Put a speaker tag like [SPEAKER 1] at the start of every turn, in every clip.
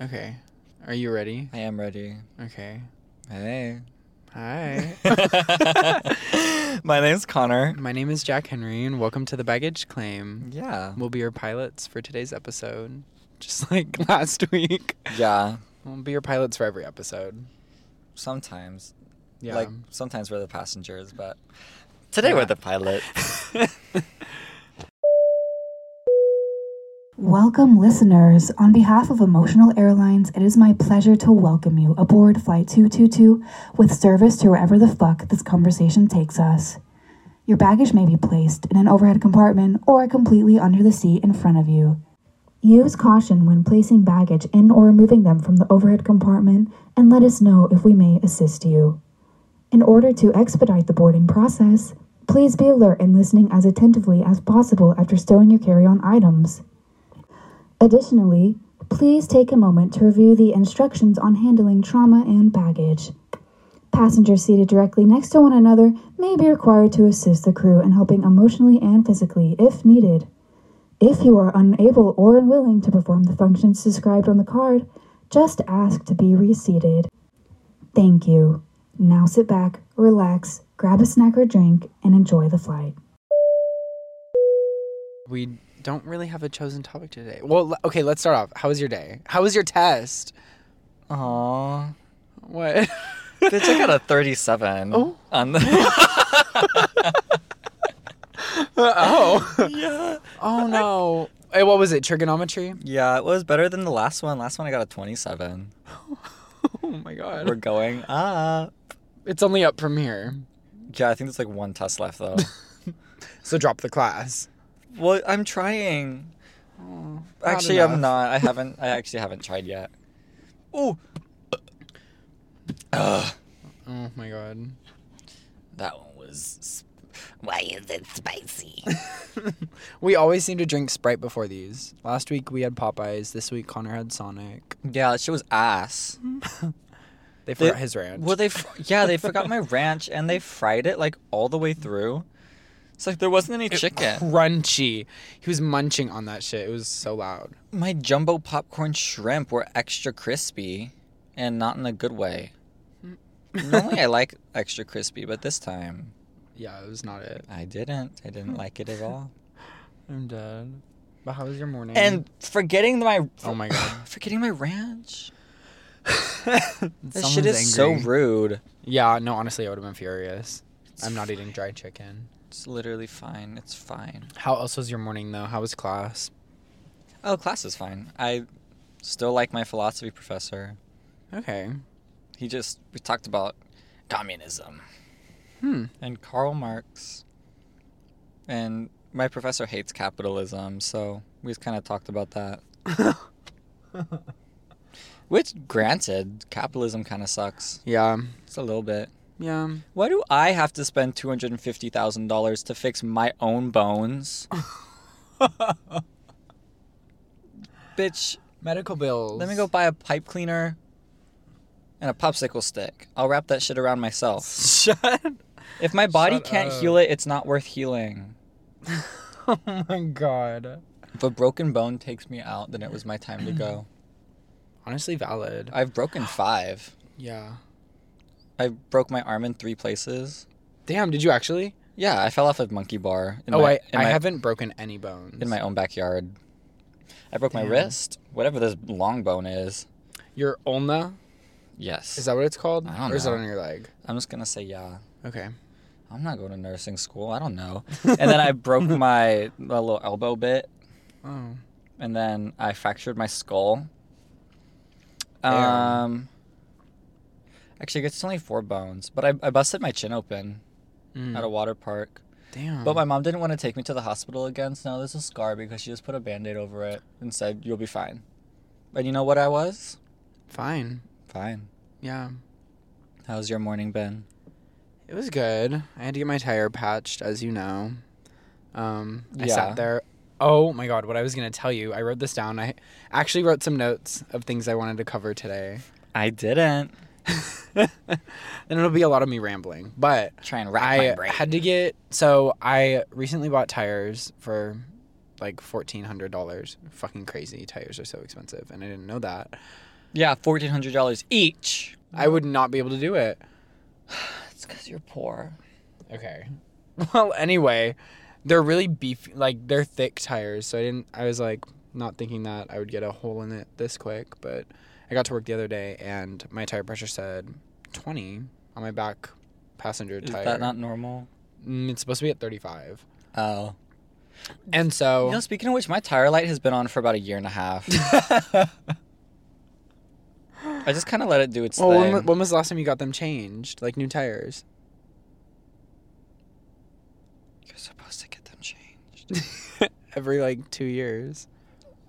[SPEAKER 1] Okay. Are you ready?
[SPEAKER 2] I am ready.
[SPEAKER 1] Okay.
[SPEAKER 2] Hey.
[SPEAKER 1] Hi.
[SPEAKER 2] My name's Connor.
[SPEAKER 1] My name is Jack Henry, and welcome to the Baggage Claim.
[SPEAKER 2] Yeah.
[SPEAKER 1] We'll be your pilots for today's episode, just like last week.
[SPEAKER 2] Yeah.
[SPEAKER 1] We'll be your pilots for every episode.
[SPEAKER 2] Sometimes.
[SPEAKER 1] Yeah.
[SPEAKER 2] Like sometimes we're the passengers, but today
[SPEAKER 1] Yeah.
[SPEAKER 2] we're the pilot.
[SPEAKER 3] Welcome, listeners. On behalf of Emotional Airlines, it is my pleasure to welcome you aboard Flight 222 with service to wherever the fuck this conversation takes us. Your baggage may be placed in an overhead compartment or completely under the seat in front of you. Use caution when placing baggage in or removing them from the overhead compartment and let us know if we may assist you. In order to expedite the boarding process, please be alert and listening as attentively as possible after stowing your carry on items. Additionally, please take a moment to review the instructions on handling trauma and baggage. Passengers seated directly next to one another may be required to assist the crew in helping emotionally and physically if needed. If you are unable or unwilling to perform the functions described on the card, just ask to be reseated. Thank you. Now sit back, relax, grab a snack or drink, and enjoy the flight.
[SPEAKER 1] we don't really have a chosen topic today. Well, l- okay, let's start off. How was your day? How was your test?
[SPEAKER 2] Aw.
[SPEAKER 1] What?
[SPEAKER 2] Bitch, I got a 37
[SPEAKER 1] Oh.
[SPEAKER 2] on the.
[SPEAKER 1] oh.
[SPEAKER 2] yeah.
[SPEAKER 1] Oh no. Eh, What was it? Trigonometry?
[SPEAKER 2] Yeah, it was better than the last one. Last one I got a 27.
[SPEAKER 1] Oh my
[SPEAKER 2] We're
[SPEAKER 1] god.
[SPEAKER 2] going up.
[SPEAKER 1] It's only up from here.
[SPEAKER 2] Yeah, I think there's like one test left though.
[SPEAKER 1] So drop the class.
[SPEAKER 2] well, I'm trying.
[SPEAKER 1] not
[SPEAKER 2] actually,
[SPEAKER 1] enough.
[SPEAKER 2] I'm not. I haven't. I actually haven't tried yet. Oh. Ugh.
[SPEAKER 1] Oh my god.
[SPEAKER 2] That one was. sp- Why is it spicy?
[SPEAKER 1] We always seem to drink Sprite before these. Last week we had Popeyes. This week Connor had Sonic.
[SPEAKER 2] yeah, that shit was ass.
[SPEAKER 1] Mm-hmm. They forgot his ranch.
[SPEAKER 2] Well, they f- yeah, they forgot my ranch and they fried it like all the way through. It's like there wasn't any chicken.
[SPEAKER 1] Crunchy. He was munching on that shit. It was so loud.
[SPEAKER 2] My jumbo popcorn shrimp were extra crispy, and not in a good way.
[SPEAKER 1] Mm.
[SPEAKER 2] Normally, I like extra crispy, but this time
[SPEAKER 1] Yeah, it was not it.
[SPEAKER 2] I didn't. I
[SPEAKER 1] Hmm.
[SPEAKER 2] didn't like it at all.
[SPEAKER 1] I'm dead. But how was your morning?
[SPEAKER 2] And forgetting my
[SPEAKER 1] oh my god.
[SPEAKER 2] forgetting my ranch. That
[SPEAKER 1] Someone's
[SPEAKER 2] shit is
[SPEAKER 1] angry.
[SPEAKER 2] so rude.
[SPEAKER 1] Yeah, no, honestly, I would have been furious. I'm not eating dry chicken.
[SPEAKER 2] It's literally fine. It's fine.
[SPEAKER 1] How else was your morning though? How was class?
[SPEAKER 2] Oh, class is fine. I still like my philosophy professor.
[SPEAKER 1] Okay.
[SPEAKER 2] He just we talked about communism
[SPEAKER 1] Hmm.
[SPEAKER 2] and Karl Marx. And my professor hates capitalism, so we just kind of talked about that. Which, granted, capitalism kind of sucks.
[SPEAKER 1] Yeah.
[SPEAKER 2] It's a little bit.
[SPEAKER 1] Yeah.
[SPEAKER 2] Why do I have to spend two hundred and fifty thousand dollars to fix my own bones? Bitch,
[SPEAKER 1] Medical bills.
[SPEAKER 2] let me go buy a pipe cleaner and a popsicle stick. I'll wrap that shit around myself.
[SPEAKER 1] Shut.
[SPEAKER 2] If my body
[SPEAKER 1] Shut
[SPEAKER 2] can't
[SPEAKER 1] up.
[SPEAKER 2] heal it, it's not worth healing.
[SPEAKER 1] Oh my god.
[SPEAKER 2] If a broken bone takes me out, then it was my time to go.
[SPEAKER 1] Honestly, valid.
[SPEAKER 2] I've broken five.
[SPEAKER 1] Yeah.
[SPEAKER 2] I broke my arm in three places.
[SPEAKER 1] Damn, did you actually?
[SPEAKER 2] Yeah, I fell off a monkey bar. In
[SPEAKER 1] oh,
[SPEAKER 2] my,
[SPEAKER 1] I,
[SPEAKER 2] in
[SPEAKER 1] I
[SPEAKER 2] my-
[SPEAKER 1] haven't broken any bones.
[SPEAKER 2] in my own backyard. I broke my
[SPEAKER 1] Damn.
[SPEAKER 2] wrist, whatever this long bone is.
[SPEAKER 1] Your ulna?
[SPEAKER 2] Yes.
[SPEAKER 1] Is that what it's called?
[SPEAKER 2] I don't
[SPEAKER 1] or is it
[SPEAKER 2] know.
[SPEAKER 1] on your leg?
[SPEAKER 2] I'm just gonna say yeah.
[SPEAKER 1] Okay.
[SPEAKER 2] I'm not going to nursing school. I don't know. and then I broke my, my little elbow bit,
[SPEAKER 1] Oh.
[SPEAKER 2] and then I fractured my skull.
[SPEAKER 1] Damn.
[SPEAKER 2] Um. Actually, it's only four bones, but I, I busted my chin open
[SPEAKER 1] Mm.
[SPEAKER 2] at a water park.
[SPEAKER 1] Damn.
[SPEAKER 2] But my mom didn't want to take me to the hospital again, so now there's a scar because she just put a band aid over it and said, You'll be fine. And you know what I was?
[SPEAKER 1] Fine.
[SPEAKER 2] Fine.
[SPEAKER 1] Yeah.
[SPEAKER 2] How's your morning been?
[SPEAKER 1] It was good. I had to get my tire patched, as you know. Um, I
[SPEAKER 2] Yeah.
[SPEAKER 1] sat there. Oh my god, what I was gonna tell you. I wrote this down. I actually wrote some notes of things I wanted to cover today.
[SPEAKER 2] I didn't.
[SPEAKER 1] and it'll be a lot of me rambling. But
[SPEAKER 2] Try and rack my
[SPEAKER 1] I
[SPEAKER 2] brain.
[SPEAKER 1] had to get so I recently bought tires for like fourteen hundred dollars. Fucking crazy. Tires are so expensive, and I didn't know that.
[SPEAKER 2] Yeah, fourteen hundred dollars each.
[SPEAKER 1] I would not be able to do it.
[SPEAKER 2] That's because you're poor.
[SPEAKER 1] Okay. Well, anyway, they're really beefy. Like they're thick tires, so I didn't. I was like not thinking that I would get a hole in it this quick, but I got to work the other day, and my tire pressure said twenty on my back passenger
[SPEAKER 2] Is
[SPEAKER 1] tire.
[SPEAKER 2] that not normal?
[SPEAKER 1] Mm, it's supposed to be at thirty-five,
[SPEAKER 2] Oh.
[SPEAKER 1] and so
[SPEAKER 2] You know, speaking of which, my tire light has been on for about a year and a half. I just kind of let it do its
[SPEAKER 1] Well, when,
[SPEAKER 2] thing.
[SPEAKER 1] wa- when was the last time you got them changed, like new tires?
[SPEAKER 2] You're supposed to get them changed.
[SPEAKER 1] Every like two years,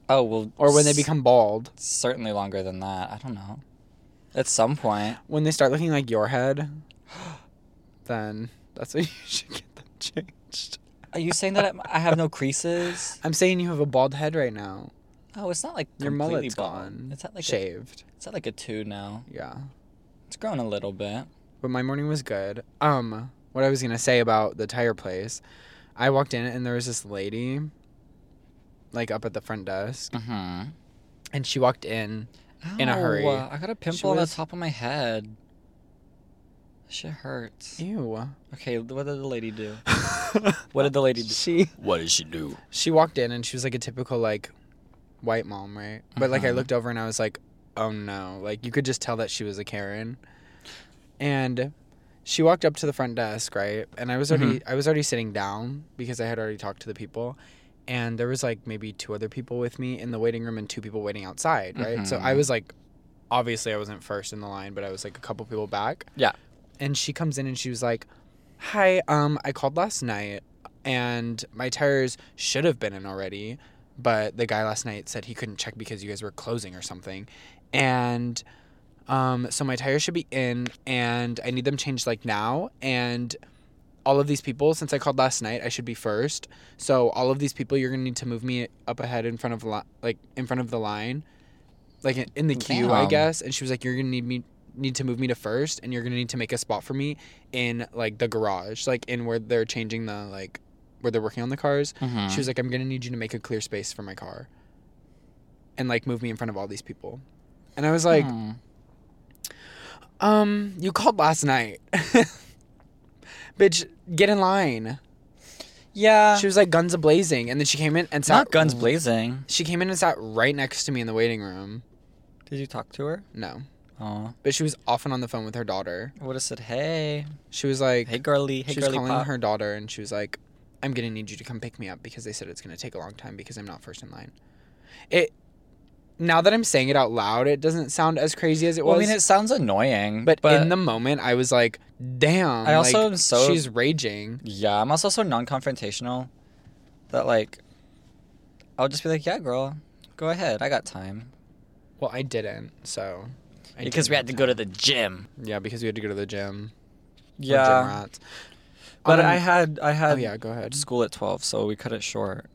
[SPEAKER 2] oh well.
[SPEAKER 1] or when they
[SPEAKER 2] s-
[SPEAKER 1] become bald,
[SPEAKER 2] certainly longer than that. I don't know. At some point,
[SPEAKER 1] when they start looking like your head, then that's when you should get them changed.
[SPEAKER 2] are you saying that I'm- I have no creases?
[SPEAKER 1] I'm saying you have a bald head right now.
[SPEAKER 2] Oh, it's not like
[SPEAKER 1] Your
[SPEAKER 2] completely
[SPEAKER 1] mullet's
[SPEAKER 2] bald.
[SPEAKER 1] gone.
[SPEAKER 2] It's at like a,
[SPEAKER 1] shaved.
[SPEAKER 2] it's at like a two now.
[SPEAKER 1] Yeah.
[SPEAKER 2] It's grown a little bit.
[SPEAKER 1] But my morning was good. Um, what I was gonna say about the tire place, I walked in and there was this lady, like up at the front desk,
[SPEAKER 2] Mm-hmm.
[SPEAKER 1] and she walked in. In a hurry.
[SPEAKER 2] I got a pimple on the
[SPEAKER 1] was-
[SPEAKER 2] top of my head. Shit hurts.
[SPEAKER 1] Ew.
[SPEAKER 2] Okay, what did the lady do? What did the lady do?
[SPEAKER 1] she
[SPEAKER 2] What did she do?
[SPEAKER 1] she walked in and she was like a typical like white mom, right? But like I
[SPEAKER 2] Uh-huh.
[SPEAKER 1] looked over and I was like, oh no, like you could just tell that she was a Karen. And she walked up to the front desk, right? And I was already I was already sitting down because I had already talked to the people. And there was like maybe two other people with me in the waiting room and two people waiting outside, right? So I
[SPEAKER 2] Mhm.
[SPEAKER 1] was like obviously I wasn't first in the line, but I was like a couple people back.
[SPEAKER 2] Yeah.
[SPEAKER 1] And she comes in and she was like, "Hi, um, I called last night, and my tires should have been in already, but the guy last night said he couldn't check because you guys were closing or something, and." Um, so my tires should be in and I need them changed like now and all of these people since I called last night I should be first. So all of these people you're going to need to move me up ahead in front of li- like in front of the line like in, in the queue I
[SPEAKER 2] Damn.
[SPEAKER 1] guess and she was like you're going to need me need to move me to first and you're going to need to make a spot for me in like the garage like in where they're changing the like where they're working on the cars. She
[SPEAKER 2] Mm.
[SPEAKER 1] was like I'm going to need you to make a clear space for my car and like move me in front of all these people. And I was like
[SPEAKER 2] Hmm.
[SPEAKER 1] um, you called last night. Bitch, get in line.
[SPEAKER 2] yeah,
[SPEAKER 1] She was like guns a blazing, and then she came in and sat.
[SPEAKER 2] Uh. not guns blazing.
[SPEAKER 1] She came in and sat right next to me in the waiting room.
[SPEAKER 2] Did you talk to her?
[SPEAKER 1] No,
[SPEAKER 2] Oh,
[SPEAKER 1] but she was often on the phone with her daughter.
[SPEAKER 2] I would have said, "Hey,
[SPEAKER 1] She was like,
[SPEAKER 2] hey, girly, hey,
[SPEAKER 1] she was
[SPEAKER 2] girly
[SPEAKER 1] calling
[SPEAKER 2] pop."
[SPEAKER 1] her daughter, and she was like, "I'm gonna need you to come pick me up because they said it's gonna take a long time because I'm not first in line." It. Now that I'm saying it out loud, it doesn't sound as crazy as it
[SPEAKER 2] Well, I
[SPEAKER 1] was.
[SPEAKER 2] mean, it sounds annoying,
[SPEAKER 1] but, in the moment, I was like, "Damn!"
[SPEAKER 2] I also
[SPEAKER 1] like,
[SPEAKER 2] am so-
[SPEAKER 1] she's raging.
[SPEAKER 2] yeah, I'm also so non-confrontational that like I'll just be like, "Yeah, girl, go ahead, I got time,"
[SPEAKER 1] Well, I didn't, so. I
[SPEAKER 2] because
[SPEAKER 1] didn't
[SPEAKER 2] we had to
[SPEAKER 1] have
[SPEAKER 2] go to the gym.
[SPEAKER 1] Yeah, because we had to go to the gym. We're gym
[SPEAKER 2] Yeah,
[SPEAKER 1] rats.
[SPEAKER 2] but
[SPEAKER 1] Um,
[SPEAKER 2] I had I
[SPEAKER 1] Oh
[SPEAKER 2] had
[SPEAKER 1] yeah, go ahead.
[SPEAKER 2] school at twelve, so we cut it short.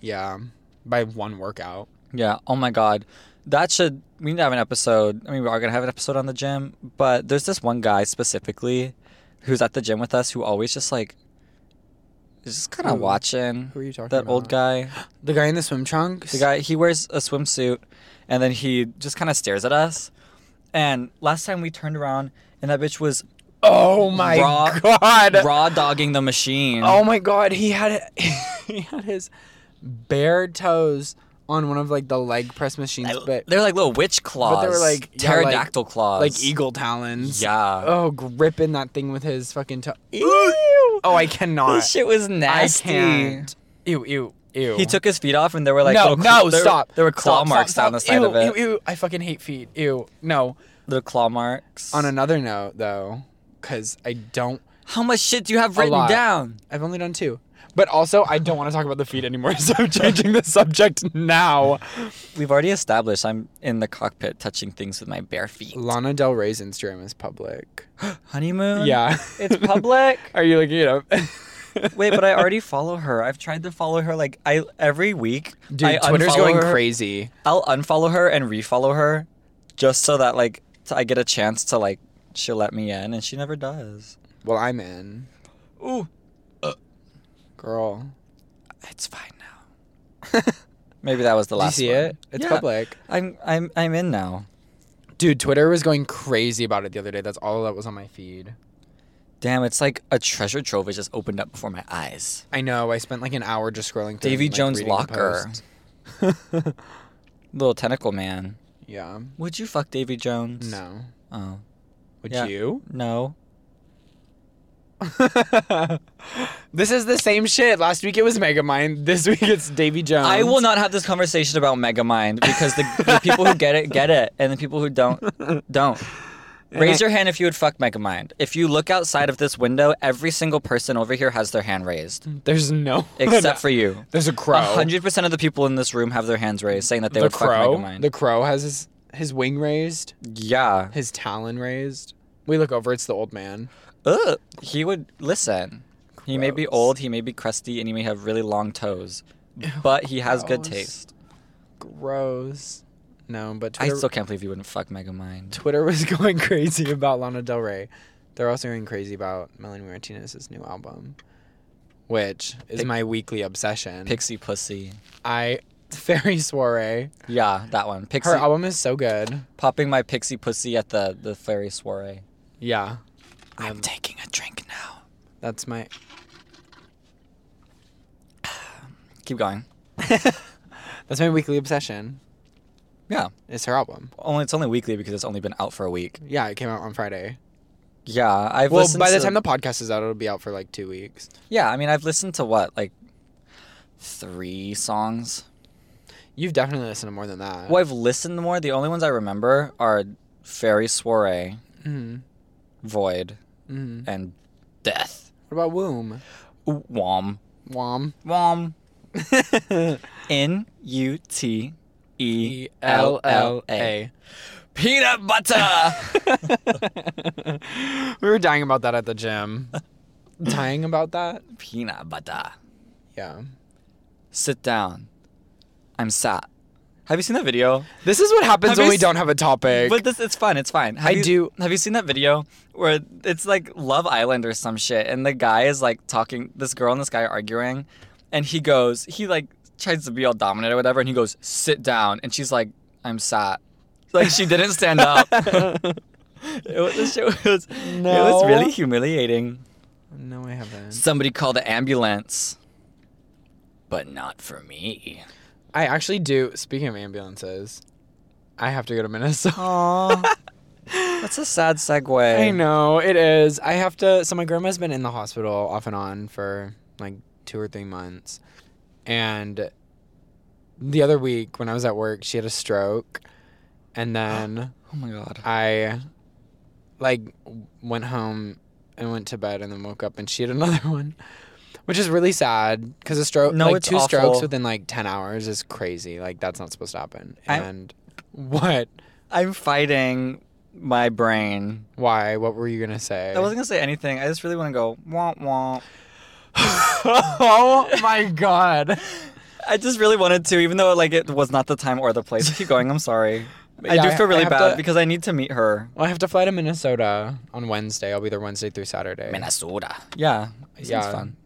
[SPEAKER 1] Yeah, by one workout.
[SPEAKER 2] Yeah. Oh my God. That should we need to have an episode. I mean, we are gonna have an episode on the gym, but there's this one guy specifically who's at the gym with us who always just like is just kind
[SPEAKER 1] Who?
[SPEAKER 2] of watching.
[SPEAKER 1] Who are you talking
[SPEAKER 2] That old guy.
[SPEAKER 1] The guy in the swim trunks.
[SPEAKER 2] The guy. He wears a swimsuit, and then he just kind of stares at us. And last time we turned around, and that bitch was
[SPEAKER 1] Oh my
[SPEAKER 2] Raw-
[SPEAKER 1] god.
[SPEAKER 2] raw dogging the machine.
[SPEAKER 1] Oh my god, he had he had his bare toes on one of like the leg press machines,
[SPEAKER 2] I-
[SPEAKER 1] but
[SPEAKER 2] they're like little witch claws.
[SPEAKER 1] were like- yeah, like-
[SPEAKER 2] pterodactyl claws.
[SPEAKER 1] like eagle talons.
[SPEAKER 2] Yeah.
[SPEAKER 1] Oh, gripping that thing with his fucking toe. Ew. Oh, I cannot.
[SPEAKER 2] This shit was
[SPEAKER 1] I
[SPEAKER 2] nasty.
[SPEAKER 1] can't. Ew, ew, ew.
[SPEAKER 2] He took his feet off, and there were like
[SPEAKER 1] no,
[SPEAKER 2] little
[SPEAKER 1] no,
[SPEAKER 2] there,
[SPEAKER 1] stop.
[SPEAKER 2] There were claw
[SPEAKER 1] Stop, stop,
[SPEAKER 2] marks
[SPEAKER 1] stop.
[SPEAKER 2] down the side
[SPEAKER 1] Ew,
[SPEAKER 2] of it.
[SPEAKER 1] Ew, ew, I fucking hate feet. Ew. No.
[SPEAKER 2] Little claw marks.
[SPEAKER 1] On another note, though, because I don't,
[SPEAKER 2] How much shit do you have written
[SPEAKER 1] lot.
[SPEAKER 2] down?
[SPEAKER 1] I've only done two. But also, I don't want to talk about the feet anymore, so I'm changing the subject now.
[SPEAKER 2] We've already established I'm in the cockpit touching things with my bare feet.
[SPEAKER 1] Lana Del Rey's Instagram is public.
[SPEAKER 2] Honeymoon.
[SPEAKER 1] Yeah.
[SPEAKER 2] it's public.
[SPEAKER 1] Are you looking it up?
[SPEAKER 2] Wait, but I already follow her. I've tried to follow her like I every week.
[SPEAKER 1] Dude,
[SPEAKER 2] I
[SPEAKER 1] Twitter's
[SPEAKER 2] unfollow
[SPEAKER 1] going
[SPEAKER 2] her.
[SPEAKER 1] crazy.
[SPEAKER 2] I'll unfollow her and refollow her, just so that like t- I get a chance to like she'll let me in, and she never does.
[SPEAKER 1] Well, I'm in.
[SPEAKER 2] Ooh,
[SPEAKER 1] Girl.
[SPEAKER 2] it's fine now. Maybe that was the
[SPEAKER 1] Did you
[SPEAKER 2] last
[SPEAKER 1] see
[SPEAKER 2] one.
[SPEAKER 1] it? It's
[SPEAKER 2] Yeah.
[SPEAKER 1] public.
[SPEAKER 2] I'm I'm I'm in now.
[SPEAKER 1] Dude, Twitter was going crazy about it the other day. That's all that was on my feed.
[SPEAKER 2] Damn, it's like a treasure trove has just opened up before my eyes.
[SPEAKER 1] I know. I spent like an hour just scrolling through.
[SPEAKER 2] Davy
[SPEAKER 1] and, like,
[SPEAKER 2] Jones'
[SPEAKER 1] reading the
[SPEAKER 2] locker.
[SPEAKER 1] posts.
[SPEAKER 2] Little tentacle man.
[SPEAKER 1] Yeah.
[SPEAKER 2] Would you fuck Davy Jones?
[SPEAKER 1] No.
[SPEAKER 2] Oh.
[SPEAKER 1] Would
[SPEAKER 2] Yeah.
[SPEAKER 1] you?
[SPEAKER 2] No.
[SPEAKER 1] this is the same shit. Last week it was Megamind. This week it's Davy Jones.
[SPEAKER 2] I will not have this conversation about Megamind because the, the people who get it get it, and the people who don't don't. Raise your hand if you would fuck Megamind. If you look outside of this window, every single person over here has their hand raised,
[SPEAKER 1] There's no.
[SPEAKER 2] except for you.
[SPEAKER 1] There's a crow.
[SPEAKER 2] hundred percent of the people in this room have their hands raised, saying that they
[SPEAKER 1] the
[SPEAKER 2] would
[SPEAKER 1] crow.
[SPEAKER 2] fuck Megamind.
[SPEAKER 1] The crow has his his wing raised,
[SPEAKER 2] yeah,
[SPEAKER 1] his talon raised. We look over. It's the old man.
[SPEAKER 2] Ugh. he would listen. He may be
[SPEAKER 1] Gross.
[SPEAKER 2] old, he may be crusty, and he may have really long toes, but he has good
[SPEAKER 1] Gross.
[SPEAKER 2] taste.
[SPEAKER 1] Gross. No, but
[SPEAKER 2] I
[SPEAKER 1] Twitter,
[SPEAKER 2] still can't believe you wouldn't fuck Megamind.
[SPEAKER 1] Twitter was going crazy about Lana Del Rey. They're also going crazy about Melanie Martinez's new album, which is
[SPEAKER 2] Pic-
[SPEAKER 1] my weekly obsession.
[SPEAKER 2] Pixie pussy.
[SPEAKER 1] I Fairy Soiree.
[SPEAKER 2] Yeah, that one. Pixie
[SPEAKER 1] Her album is so good.
[SPEAKER 2] popping my pixie pussy at the the fairy soiree.
[SPEAKER 1] Yeah,
[SPEAKER 2] I'm taking a drink now.
[SPEAKER 1] that's my.
[SPEAKER 2] Keep going.
[SPEAKER 1] That's my weekly obsession.
[SPEAKER 2] Yeah.
[SPEAKER 1] It's her album.
[SPEAKER 2] Only it's only weekly because it's only been out for a week.
[SPEAKER 1] Yeah, it came out on Friday.
[SPEAKER 2] Yeah, I've
[SPEAKER 1] Well,
[SPEAKER 2] listened
[SPEAKER 1] by the
[SPEAKER 2] to-
[SPEAKER 1] time the podcast is out, it'll be out for like two weeks.
[SPEAKER 2] Yeah, I mean I've listened to what like three songs.
[SPEAKER 1] You've definitely listened to more than that.
[SPEAKER 2] Well, I've listened to more. The only ones I remember are Fairy Soiree, Mm-hmm.
[SPEAKER 1] Mhm.
[SPEAKER 2] Void,
[SPEAKER 1] Mhm.
[SPEAKER 2] and Death.
[SPEAKER 1] What about Womb?
[SPEAKER 2] Ooh, Wom.
[SPEAKER 1] Wom.
[SPEAKER 2] Wom. N U T E L L A. Peanut butter.
[SPEAKER 1] We were dying about that at the gym. dying about that?
[SPEAKER 2] Peanut butter.
[SPEAKER 1] Yeah.
[SPEAKER 2] Sit down. I'm sat. Have you seen that video?
[SPEAKER 1] This is what happens
[SPEAKER 2] Have
[SPEAKER 1] when
[SPEAKER 2] you
[SPEAKER 1] we
[SPEAKER 2] s-
[SPEAKER 1] don't have a topic.
[SPEAKER 2] But this it's fine, it's fine. Have
[SPEAKER 1] I
[SPEAKER 2] you-
[SPEAKER 1] do-
[SPEAKER 2] have you seen that video where it's like Love Island or some shit and the guy is like talking this girl and this guy are arguing and he goes he like tries to be all dominant or whatever and he goes, Sit down and she's like, I'm sat. Like she didn't stand up. it was, the shit was- it was
[SPEAKER 1] No.
[SPEAKER 2] really humiliating.
[SPEAKER 1] no, I haven't.
[SPEAKER 2] Somebody called the ambulance. But not for me.
[SPEAKER 1] I actually do. Speaking of ambulances, I have to go to Minnesota.
[SPEAKER 2] Aw. That's a sad segue.
[SPEAKER 1] I know it is. I have to. So my grandma's been in the hospital off and on for like two or three months, and the other week when I was at work, she had a stroke, and then
[SPEAKER 2] Oh my god.
[SPEAKER 1] I like went home and went to bed, and then woke up and she had another one, which is really sad because a stroke,
[SPEAKER 2] No,
[SPEAKER 1] like
[SPEAKER 2] it's
[SPEAKER 1] two
[SPEAKER 2] awful.
[SPEAKER 1] strokes within like ten hours is crazy. Like that's not supposed to happen.
[SPEAKER 2] I-
[SPEAKER 1] and what?
[SPEAKER 2] I'm fighting my brain.
[SPEAKER 1] Why? What were you gonna say?
[SPEAKER 2] I wasn't gonna say anything. I just really want to go womp womp.
[SPEAKER 1] oh my god.
[SPEAKER 2] I just really wanted to, even though like it was not the time or the place. Keep going. I'm sorry. I
[SPEAKER 1] yeah,
[SPEAKER 2] do
[SPEAKER 1] I-
[SPEAKER 2] feel
[SPEAKER 1] I
[SPEAKER 2] really
[SPEAKER 1] have
[SPEAKER 2] bad
[SPEAKER 1] to-
[SPEAKER 2] because I need to meet her.
[SPEAKER 1] Well, I have to fly to Minnesota on Wednesday. I'll be there Wednesday through Saturday.
[SPEAKER 2] Minnesota. Yeah. It yeah.
[SPEAKER 1] Yeah.
[SPEAKER 2] fun.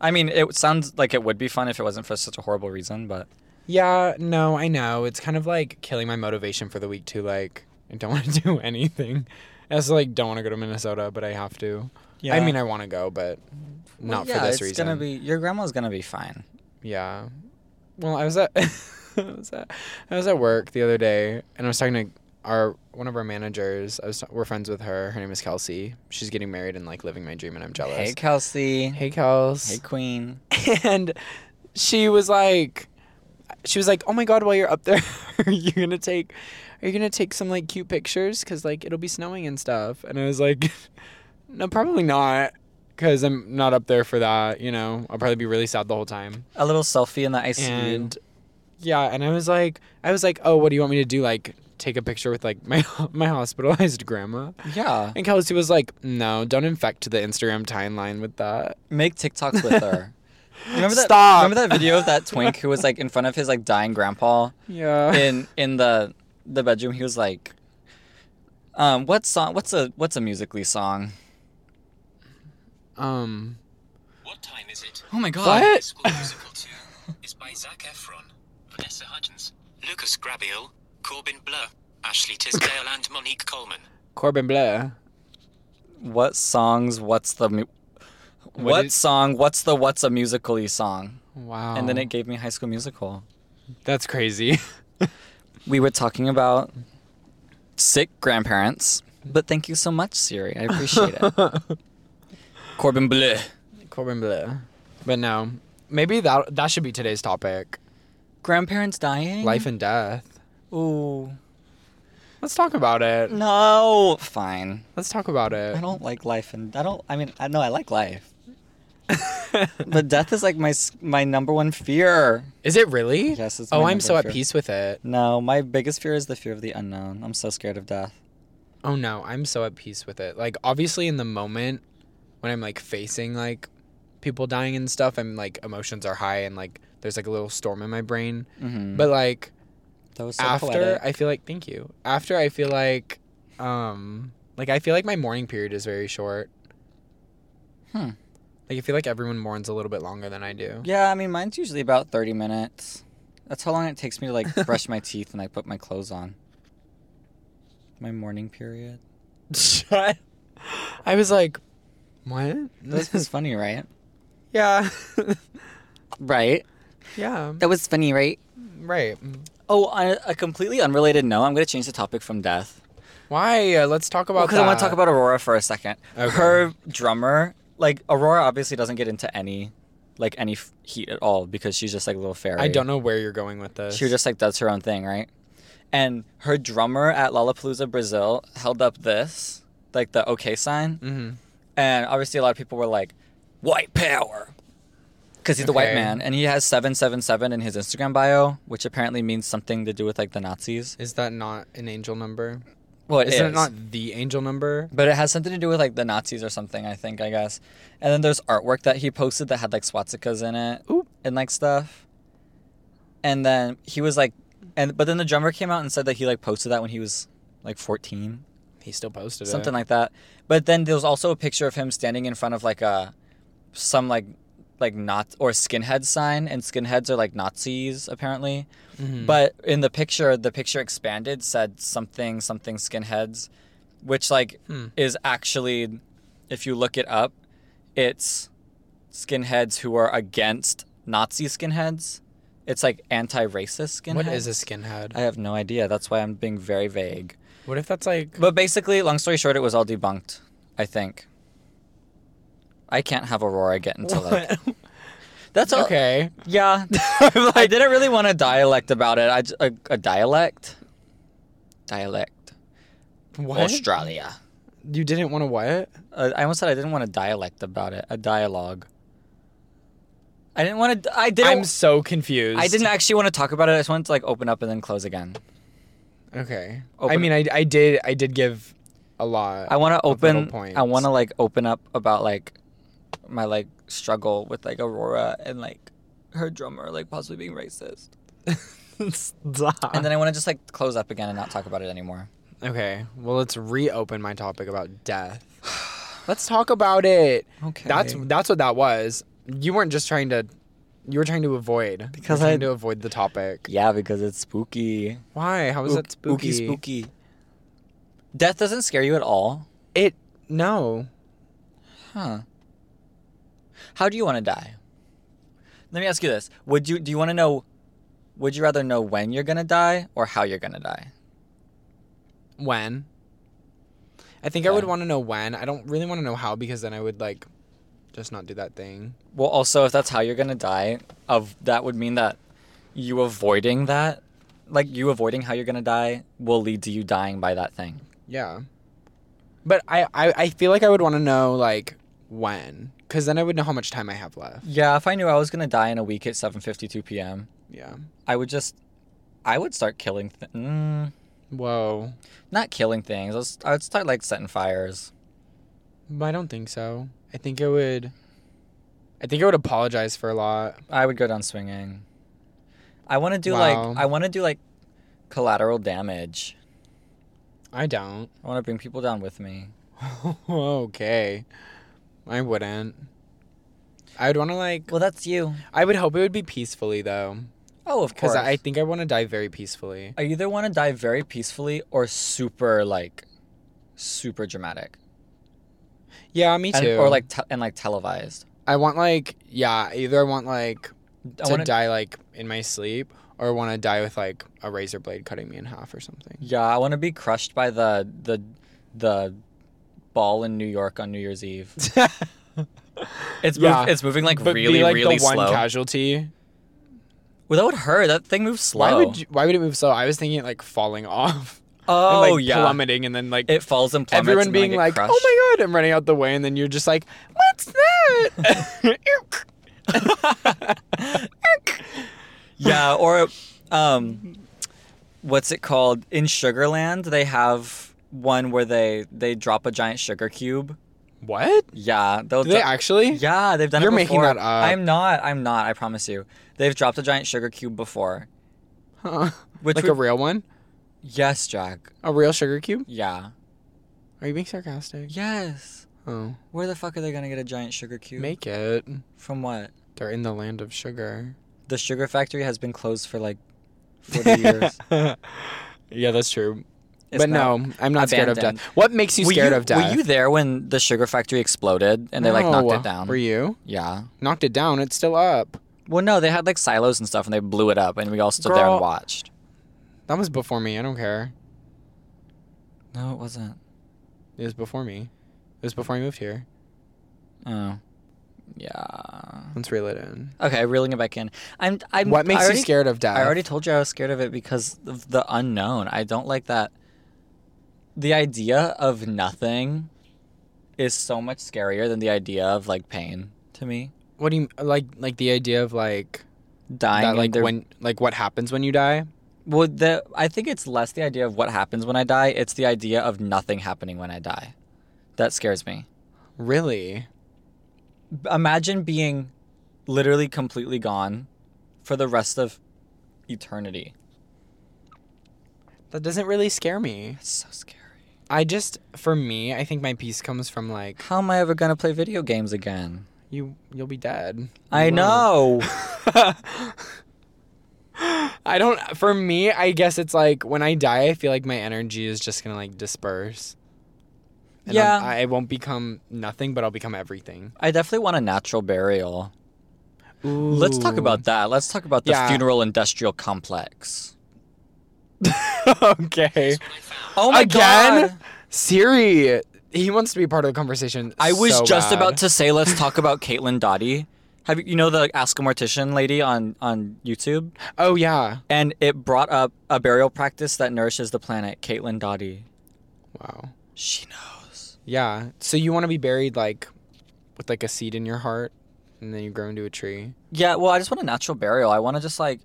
[SPEAKER 2] I mean, it sounds like it would be fun if it wasn't for such a horrible reason, but
[SPEAKER 1] yeah, no, I know. It's kind of like killing my motivation for the week too. Like, I don't want to do anything. I also like don't want to go to Minnesota, but I have to.
[SPEAKER 2] yeah.
[SPEAKER 1] I mean, I want to go, but
[SPEAKER 2] Well,
[SPEAKER 1] not
[SPEAKER 2] yeah,
[SPEAKER 1] for this
[SPEAKER 2] it's
[SPEAKER 1] reason.
[SPEAKER 2] gonna be your grandma's gonna be fine.
[SPEAKER 1] Yeah. Well, I was at I was at I was at work the other day, and I was talking to our one of our managers. I was we're friends with her. Her name is Kelsey. She's getting married and like living my dream, and I'm jealous.
[SPEAKER 2] Hey, Kelsey.
[SPEAKER 1] Hey, Kels.
[SPEAKER 2] Hey, Queen.
[SPEAKER 1] and she was like she was like oh my god while you're up there are you gonna take are you gonna take some like cute pictures because like it'll be snowing and stuff and i was like no probably not because i'm not up there for that you know i'll probably be really sad the whole time
[SPEAKER 2] A little selfie in the ICU.
[SPEAKER 1] and yeah and i was like i was like oh what do you want me to do like take a picture with like my my hospitalized grandma
[SPEAKER 2] yeah.
[SPEAKER 1] and kelsey was like no don't infect the instagram timeline with that
[SPEAKER 2] make TikToks with her. Remember that?
[SPEAKER 1] Stop.
[SPEAKER 2] Remember that video of that twink who was like in front of his like dying grandpa
[SPEAKER 1] yeah
[SPEAKER 2] in in the the bedroom. He was like, um, what song? What's a what's a musically song?
[SPEAKER 1] um
[SPEAKER 4] What time is it?
[SPEAKER 2] Oh my god!
[SPEAKER 1] What?
[SPEAKER 4] School musical two. is by Zach Efron, Vanessa Hudgens, Lucas Grabeel, Corbin Bleu, Ashley Tisdale, and Monique Coleman.
[SPEAKER 1] Corbin Bleu.
[SPEAKER 2] What songs? What's the mu- what,
[SPEAKER 1] is-
[SPEAKER 2] song? What's the what's a musically song?
[SPEAKER 1] Wow.
[SPEAKER 2] And then it gave me High School Musical.
[SPEAKER 1] That's crazy.
[SPEAKER 2] We were talking about sick grandparents, but thank you so much, Siri. I appreciate it. Corbin Bleu.
[SPEAKER 1] Corbin Bleu. But no, maybe that that should be today's topic:
[SPEAKER 2] Grandparents dying.
[SPEAKER 1] life and death.
[SPEAKER 2] Ooh.
[SPEAKER 1] Let's talk about it.
[SPEAKER 2] Mm. No. Fine.
[SPEAKER 1] Let's talk about
[SPEAKER 2] I
[SPEAKER 1] it.
[SPEAKER 2] don't like life, and I don't. I mean, I know I like life, but death is like my s- my number one fear.
[SPEAKER 1] Is it really?
[SPEAKER 2] Yes, it's
[SPEAKER 1] oh,
[SPEAKER 2] my
[SPEAKER 1] I'm
[SPEAKER 2] number
[SPEAKER 1] so
[SPEAKER 2] one
[SPEAKER 1] at
[SPEAKER 2] fear.
[SPEAKER 1] peace with it.
[SPEAKER 2] No, my biggest fear is the fear of the unknown. I'm so scared of death.
[SPEAKER 1] Oh no, I'm so at peace with it. Like obviously in the moment when I'm like facing like people dying and stuff, I'm like emotions are high and like there's like a little storm in my brain.
[SPEAKER 2] Mm-hmm.
[SPEAKER 1] But like
[SPEAKER 2] that was so
[SPEAKER 1] after
[SPEAKER 2] poetic.
[SPEAKER 1] I feel like thank you. After I feel like um like I feel like my mourning period is very short.
[SPEAKER 2] Hmm.
[SPEAKER 1] Like I feel like everyone mourns a little bit longer than I do.
[SPEAKER 2] yeah, I mean, mine's usually about thirty minutes. That's how long it takes me to like brush my teeth and I put my clothes on. My mourning period.
[SPEAKER 1] Shut. I was like, what?
[SPEAKER 2] This was funny, right?
[SPEAKER 1] yeah.
[SPEAKER 2] Right.
[SPEAKER 1] yeah.
[SPEAKER 2] That was funny, right?
[SPEAKER 1] Right.
[SPEAKER 2] Oh, on a, a completely unrelated note, I'm going to change the topic from death.
[SPEAKER 1] Why? Uh, let's talk about
[SPEAKER 2] Because I want to
[SPEAKER 1] that.
[SPEAKER 2] talk about Aurora for a second.
[SPEAKER 1] Okay.
[SPEAKER 2] Her drummer, like Aurora, obviously doesn't get into any, like any f- heat at all because she's just like a little fairy.
[SPEAKER 1] I don't know where you're going with this.
[SPEAKER 2] She just like does her own thing, right? And her drummer at Lollapalooza Brazil held up this, like the OK sign,
[SPEAKER 1] Mhm.
[SPEAKER 2] and obviously a lot of people were like, "White power," because he's a white
[SPEAKER 1] Okay.
[SPEAKER 2] man, and he has seven seven seven in his Instagram bio, which apparently means something to do with like the Nazis.
[SPEAKER 1] Is that not an angel number?
[SPEAKER 2] Well, it
[SPEAKER 1] Isn't it
[SPEAKER 2] is.
[SPEAKER 1] not the angel number?
[SPEAKER 2] But it has something to do with like the Nazis or something, I think, I guess. And then there's artwork that he posted that had like swastikas in it
[SPEAKER 1] Ooh.
[SPEAKER 2] and like stuff. And then he was like, and but then the drummer came out and said that he like posted that when he was like 14,
[SPEAKER 1] He still posted it.
[SPEAKER 2] something like that. But then there was also a picture of him standing in front of like a some like like not or skinhead sign, and skinheads are like Nazis apparently.
[SPEAKER 1] Mhm.
[SPEAKER 2] But in the picture, the picture expanded said something something skinheads, which like
[SPEAKER 1] Hmm.
[SPEAKER 2] is actually, if you look it up, it's skinheads who are against Nazi skinheads. It's like anti-racist skinheads.
[SPEAKER 1] what is a skinhead?
[SPEAKER 2] I have no idea. That's why I'm being very vague.
[SPEAKER 1] what if that's like?
[SPEAKER 2] But basically, long story short, it was all debunked. I think. I can't have Aurora get into like. That's all.
[SPEAKER 1] okay.
[SPEAKER 2] Yeah, I didn't really want a dialect about it. I j- a, a dialect, dialect.
[SPEAKER 1] What?
[SPEAKER 2] Australia.
[SPEAKER 1] You didn't want to what?
[SPEAKER 2] Uh, I almost said I didn't want a dialect about it. A dialogue. I didn't want to. I didn't.
[SPEAKER 1] I'm so confused.
[SPEAKER 2] I didn't actually want to talk about it. I just wanted to like open up and then close again.
[SPEAKER 1] Okay. I
[SPEAKER 2] Open-
[SPEAKER 1] mean, I, I did I did give a lot.
[SPEAKER 2] I want to
[SPEAKER 1] Of little
[SPEAKER 2] open. I
[SPEAKER 1] points.
[SPEAKER 2] want to like open up about like my like struggle with like Aurora and like her drummer like possibly being racist.
[SPEAKER 1] Stop.
[SPEAKER 2] And then I want to just like close up again and not talk about it anymore.
[SPEAKER 1] okay. Well, let's reopen my topic about death. Let's talk about it.
[SPEAKER 2] Okay.
[SPEAKER 1] That's that's what that was. You weren't just trying to. You were trying to avoid. You were
[SPEAKER 2] Because
[SPEAKER 1] trying
[SPEAKER 2] I-
[SPEAKER 1] to avoid the topic.
[SPEAKER 2] Yeah, because it's spooky.
[SPEAKER 1] Why? How is that spooky?
[SPEAKER 2] Spooky, spooky. Death doesn't scare you at all,
[SPEAKER 1] It no.
[SPEAKER 2] huh? How do you want to die? Let me ask you this: Would you do you want to know? Would you rather know when you're gonna die or how you're gonna die?
[SPEAKER 1] When? I think I would
[SPEAKER 2] Okay.
[SPEAKER 1] want to know when. I don't really want to know how because then I would like just not do that thing.
[SPEAKER 2] Well, also if that's how you're gonna die, of that would mean that you avoiding that, like you avoiding how you're gonna die, will lead to you dying by that thing.
[SPEAKER 1] Yeah. But I I, I feel like I would want to know like when cuz then I would know how much time I have left.
[SPEAKER 2] Yeah, if I knew I was gonna die in a week at 7:52 p.m.,
[SPEAKER 1] Yeah.
[SPEAKER 2] I would just, I would start killing. Th- mm,
[SPEAKER 1] Whoa.
[SPEAKER 2] not killing things. I, was, I would start like setting fires.
[SPEAKER 1] But I don't think so. I think I would I think I would apologize for a lot.
[SPEAKER 2] I would go down swinging. I want to do
[SPEAKER 1] Wow.
[SPEAKER 2] like I want to do like collateral damage.
[SPEAKER 1] I don't.
[SPEAKER 2] I want to bring people down with me.
[SPEAKER 1] okay. I wouldn't. I would want to like.
[SPEAKER 2] Well, that's you.
[SPEAKER 1] I would hope it would be peacefully though,
[SPEAKER 2] Oh, of course.
[SPEAKER 1] because I think I want to die very peacefully.
[SPEAKER 2] I either want to die very peacefully or super like, super dramatic,
[SPEAKER 1] Yeah, me too.
[SPEAKER 2] and, or like te- and like televised.
[SPEAKER 1] I want like yeah. Either I want like
[SPEAKER 2] I
[SPEAKER 1] to
[SPEAKER 2] wanna,
[SPEAKER 1] die like in my sleep, or I want to die with like a razor blade cutting me in half or something.
[SPEAKER 2] Yeah, I want to be crushed by the the the ball in New York on New Year's Eve. It's
[SPEAKER 1] Yeah.
[SPEAKER 2] move, it's moving like
[SPEAKER 1] But
[SPEAKER 2] really
[SPEAKER 1] be like
[SPEAKER 2] really
[SPEAKER 1] the one
[SPEAKER 2] slow.
[SPEAKER 1] casualty.
[SPEAKER 2] well, that would hurt. That thing moves
[SPEAKER 1] Why
[SPEAKER 2] slow.
[SPEAKER 1] would you, why would it move slow? I was thinking it like falling off.
[SPEAKER 2] oh
[SPEAKER 1] and, like,
[SPEAKER 2] yeah,
[SPEAKER 1] plummeting and then like
[SPEAKER 2] it falls and plummets.
[SPEAKER 1] everyone
[SPEAKER 2] and then I
[SPEAKER 1] being
[SPEAKER 2] get
[SPEAKER 1] like,
[SPEAKER 2] crushed.
[SPEAKER 1] "Oh my god!" I'm running out the way, and then you're just like, "What's that?"
[SPEAKER 2] Yeah, or um, what's it called in Sugarland? They have one where they they drop a giant sugar cube.
[SPEAKER 1] what?
[SPEAKER 2] Yeah, they'll
[SPEAKER 1] Do they
[SPEAKER 2] dro-
[SPEAKER 1] actually?
[SPEAKER 2] Yeah, they've done
[SPEAKER 1] You're
[SPEAKER 2] it
[SPEAKER 1] making
[SPEAKER 2] before.
[SPEAKER 1] that up.
[SPEAKER 2] I'm not. I'm not. I promise you. They've dropped a giant sugar cube before.
[SPEAKER 1] Huh.
[SPEAKER 2] Which
[SPEAKER 1] like a
[SPEAKER 2] would-
[SPEAKER 1] real one,
[SPEAKER 2] Yes, Jack.
[SPEAKER 1] a real sugar cube.
[SPEAKER 2] Yeah.
[SPEAKER 1] Are you being sarcastic?
[SPEAKER 2] Yes.
[SPEAKER 1] Oh,
[SPEAKER 2] Where the fuck are they gonna get a giant sugar cube?
[SPEAKER 1] make it.
[SPEAKER 2] From what?
[SPEAKER 1] They're in the land of sugar.
[SPEAKER 2] The sugar factory has been closed for like 40 years.
[SPEAKER 1] yeah, that's true.
[SPEAKER 2] It's
[SPEAKER 1] but
[SPEAKER 2] not-
[SPEAKER 1] no, I'm not scared of death.
[SPEAKER 2] abandoned.
[SPEAKER 1] What makes you
[SPEAKER 2] Were
[SPEAKER 1] scared
[SPEAKER 2] you-
[SPEAKER 1] of death?
[SPEAKER 2] Were you there when the sugar factory exploded and they like knocked
[SPEAKER 1] No.
[SPEAKER 2] it down?
[SPEAKER 1] Were you
[SPEAKER 2] Yeah.
[SPEAKER 1] knocked it down? It's still up.
[SPEAKER 2] Well, no, they had like silos and stuff, and they blew it up, and we all stood there
[SPEAKER 1] Girl.
[SPEAKER 2] and watched.
[SPEAKER 1] That was before me. I don't care.
[SPEAKER 2] No, it wasn't.
[SPEAKER 1] It was before me. It was before I moved here.
[SPEAKER 2] Oh, yeah.
[SPEAKER 1] Let's reel it in.
[SPEAKER 2] Okay, reeling it back in. I'm. I'm.
[SPEAKER 1] What makes
[SPEAKER 2] I already,
[SPEAKER 1] you scared of death?
[SPEAKER 2] I already told you I was scared of it because of the unknown. I don't like that. The idea of nothing is so much scarier than the idea of like pain to me.
[SPEAKER 1] What do you like? Like the idea of like
[SPEAKER 2] Dying,
[SPEAKER 1] that,
[SPEAKER 2] and
[SPEAKER 1] like
[SPEAKER 2] there-
[SPEAKER 1] when, like what happens when you die?
[SPEAKER 2] well, the I think it's less the idea of what happens when I die. It's the idea of nothing happening when I die. That scares me.
[SPEAKER 1] Really?
[SPEAKER 2] imagine being literally completely gone for the rest of eternity.
[SPEAKER 1] That doesn't really scare me.
[SPEAKER 2] That's so scary.
[SPEAKER 1] I just, for me, I think my peace comes from like
[SPEAKER 2] How am I ever gonna play video games again?
[SPEAKER 1] you. You'll be dead.
[SPEAKER 2] I
[SPEAKER 1] You
[SPEAKER 2] know.
[SPEAKER 1] I don't. For me, I guess it's like when I die, I feel like my energy is just gonna like disperse. And
[SPEAKER 2] Yeah.
[SPEAKER 1] I'm- I won't become nothing, but I'll become everything.
[SPEAKER 2] I definitely want a natural burial. Let's talk about that. Let's talk about the
[SPEAKER 1] Yeah.
[SPEAKER 2] funeral industrial complex.
[SPEAKER 1] okay.
[SPEAKER 4] That's what I found.
[SPEAKER 2] Oh my
[SPEAKER 1] Again?
[SPEAKER 2] god.
[SPEAKER 1] Siri, he wants to be part of the conversation.
[SPEAKER 2] I was
[SPEAKER 1] so
[SPEAKER 2] just
[SPEAKER 1] bad.
[SPEAKER 2] about to say let's talk about Caitlin Dottie. Have you, you know the Ask a Mortician lady on on YouTube?
[SPEAKER 1] Oh yeah.
[SPEAKER 2] And it brought up a burial practice that nourishes the planet, Caitlin Dottie.
[SPEAKER 1] Wow.
[SPEAKER 2] She knows.
[SPEAKER 1] Yeah. So you want to be buried like with like a seed in your heart, and then you grow into a tree.
[SPEAKER 2] Yeah, well, I just want a natural burial. I want to just like,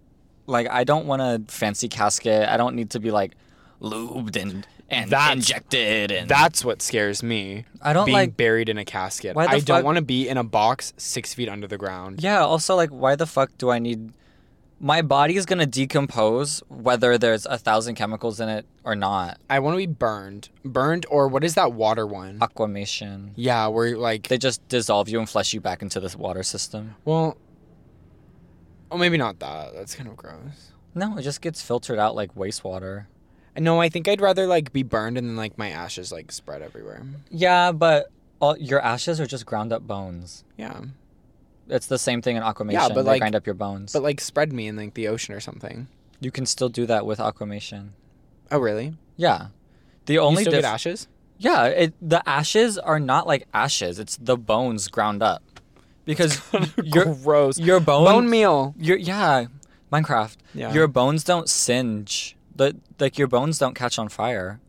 [SPEAKER 2] like I don't want a fancy casket. I don't need to be like lubed and and
[SPEAKER 1] That's-
[SPEAKER 2] injected and
[SPEAKER 1] That's what scares me.
[SPEAKER 2] I don't
[SPEAKER 1] being
[SPEAKER 2] like.
[SPEAKER 1] buried in a casket.
[SPEAKER 2] Why the
[SPEAKER 1] I don't
[SPEAKER 2] fuck-
[SPEAKER 1] want to be in a box six feet under the ground.
[SPEAKER 2] Yeah. Also, like, why the fuck do I need? My body is gonna decompose whether there's a thousand chemicals in it or not.
[SPEAKER 1] I want to be burned, burned, or what is that water one?
[SPEAKER 2] Aquamation.
[SPEAKER 1] Yeah, where like
[SPEAKER 2] They just dissolve you and flush you back into this water system.
[SPEAKER 1] well, oh maybe not that. That's kind of gross.
[SPEAKER 2] No, it just gets filtered out like wastewater.
[SPEAKER 1] No, I think I'd rather like be burned and then like my ashes like spread everywhere.
[SPEAKER 2] Yeah, but all your ashes are just ground up bones.
[SPEAKER 1] Yeah,
[SPEAKER 2] It's the same thing in aquamation.
[SPEAKER 1] but,
[SPEAKER 2] they
[SPEAKER 1] like-
[SPEAKER 2] grind up your bones.
[SPEAKER 1] but like spread me in like the ocean or something.
[SPEAKER 2] You can still do that with aquamation.
[SPEAKER 1] Oh really?
[SPEAKER 2] Yeah. The only
[SPEAKER 1] you still get
[SPEAKER 2] diff-
[SPEAKER 1] ashes?
[SPEAKER 2] Yeah, it, the ashes are not like ashes. It's the bones ground up. Because your
[SPEAKER 1] Gross.
[SPEAKER 2] your bone,
[SPEAKER 1] Bone meal.
[SPEAKER 2] your yeah, Minecraft.
[SPEAKER 1] Yeah.
[SPEAKER 2] Your bones don't singe. The like your bones don't catch on fire.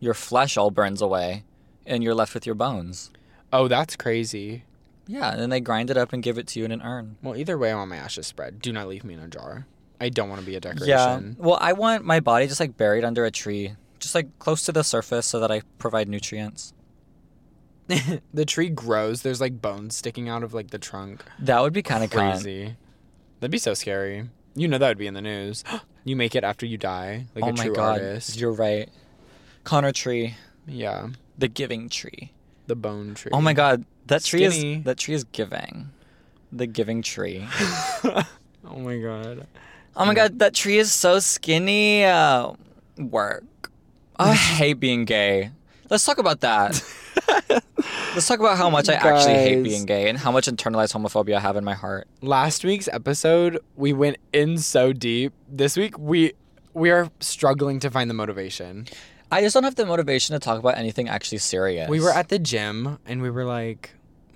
[SPEAKER 2] Your flesh all burns away and you're left with your bones.
[SPEAKER 1] Oh, that's crazy.
[SPEAKER 2] Yeah, and then they grind it up and give it to you in an urn.
[SPEAKER 1] Well, either way, I want my ashes spread. Do not leave me in a jar. I don't want to be a decoration.
[SPEAKER 2] Yeah. Well, I want my body just like buried under a tree, just like close to the surface so that I provide nutrients.
[SPEAKER 1] the tree grows. There's like bones sticking out of like the trunk.
[SPEAKER 2] That would be kind of crazy.
[SPEAKER 1] Crazy. That'd be so scary. You know that would be in the news. you make it after you die, like
[SPEAKER 2] oh
[SPEAKER 1] a
[SPEAKER 2] my
[SPEAKER 1] true
[SPEAKER 2] god,
[SPEAKER 1] artist.
[SPEAKER 2] you're right. Connor tree,
[SPEAKER 1] Yeah,
[SPEAKER 2] the giving tree.
[SPEAKER 1] the bone tree.
[SPEAKER 2] Oh my god, that tree
[SPEAKER 1] Skinny.
[SPEAKER 2] is that tree is giving. the giving tree.
[SPEAKER 1] Oh my god.
[SPEAKER 2] Oh my god, that tree is so skinny. Uh, work. I hate being gay. Let's talk about that. Let's talk about how much I actually hate
[SPEAKER 1] Guys.
[SPEAKER 2] being gay and how much internalized homophobia I have in my heart.
[SPEAKER 1] Last week's episode, we went in so deep. This week, we we are struggling to find the motivation.
[SPEAKER 2] I just don't have the motivation to talk about anything actually serious.
[SPEAKER 1] We were at the gym and we were like,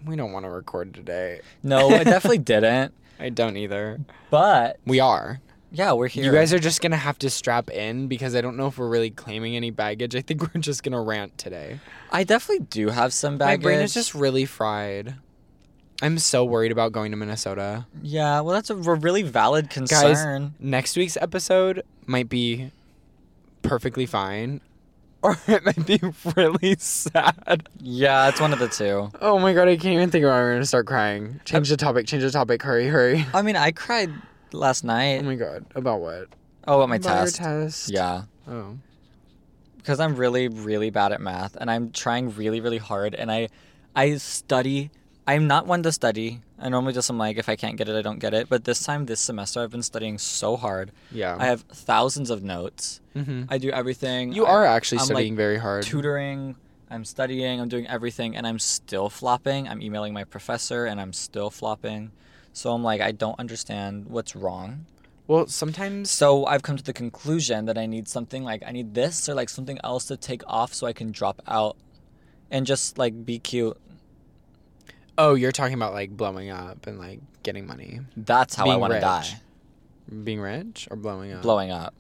[SPEAKER 1] we don't want to record today.
[SPEAKER 2] No, I definitely didn't.
[SPEAKER 1] I don't either.
[SPEAKER 2] But
[SPEAKER 1] We are.
[SPEAKER 2] yeah, we're here.
[SPEAKER 1] You guys are just gonna have to strap in because I don't know if we're really claiming any baggage. I think we're just gonna rant today.
[SPEAKER 2] I definitely do have some
[SPEAKER 1] My
[SPEAKER 2] baggage.
[SPEAKER 1] brain is just really fried. I'm so worried about going to Minnesota.
[SPEAKER 2] Yeah, well, that's a r- really valid
[SPEAKER 1] Guys,
[SPEAKER 2] concern.
[SPEAKER 1] next week's episode might be perfectly fine, or it might be really sad.
[SPEAKER 2] Yeah, it's one of the two.
[SPEAKER 1] Oh my god, I can't even think about it. I'm gonna start crying. Change the topic, change the topic. Hurry, hurry.
[SPEAKER 2] I mean, I cried last
[SPEAKER 1] Oh
[SPEAKER 2] night.
[SPEAKER 1] my god, about what?
[SPEAKER 2] Oh, at my
[SPEAKER 1] About our
[SPEAKER 2] test.
[SPEAKER 1] test.
[SPEAKER 2] Yeah,
[SPEAKER 1] Oh.
[SPEAKER 2] because I'm really, really bad at math, and I'm trying really, really hard, and I, I study. I'm not one to study. I normally just am like, if I can't get it, I don't get it. But this time, this semester, I've been studying so hard.
[SPEAKER 1] Yeah.
[SPEAKER 2] I have thousands of notes.
[SPEAKER 1] hmm
[SPEAKER 2] I do everything.
[SPEAKER 1] You
[SPEAKER 2] I-
[SPEAKER 1] are actually
[SPEAKER 2] I'm, like,
[SPEAKER 1] studying very hard.
[SPEAKER 2] tutoring. I'm studying. I'm doing everything, and I'm still flopping. I'm emailing my professor, and I'm still flopping. So I'm like, I don't understand what's wrong.
[SPEAKER 1] Well, sometimes
[SPEAKER 2] So I've come to the conclusion that I need something like I need this or like something else to take off so I can drop out and just like be cute.
[SPEAKER 1] Oh, you're talking about like blowing up and like getting money.
[SPEAKER 2] That's how I
[SPEAKER 1] Being
[SPEAKER 2] want to
[SPEAKER 1] rich.
[SPEAKER 2] die.
[SPEAKER 1] Being rich or blowing up?
[SPEAKER 2] Blowing up.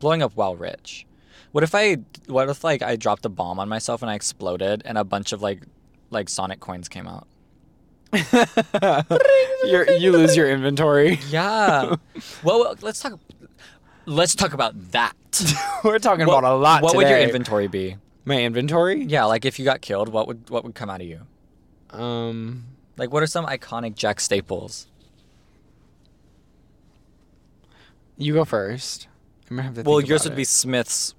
[SPEAKER 2] Blowing up while rich. What if I what if like I dropped a bomb on myself and I exploded and a bunch of like like sonic coins came out?
[SPEAKER 1] You're, you lose your inventory.
[SPEAKER 2] Yeah. well, well, let's talk. Let's talk about that.
[SPEAKER 1] We're talking about a lot
[SPEAKER 2] What would your
[SPEAKER 1] today.
[SPEAKER 2] inventory be?
[SPEAKER 1] My inventory?
[SPEAKER 2] Yeah, like if you got killed, what would what would come out of you?
[SPEAKER 1] Um,
[SPEAKER 2] Like, what are some iconic Jack staples?
[SPEAKER 1] you go first. I'm gonna have to.
[SPEAKER 2] Well,
[SPEAKER 1] think
[SPEAKER 2] yours
[SPEAKER 1] about
[SPEAKER 2] would be
[SPEAKER 1] it.
[SPEAKER 2] Smith's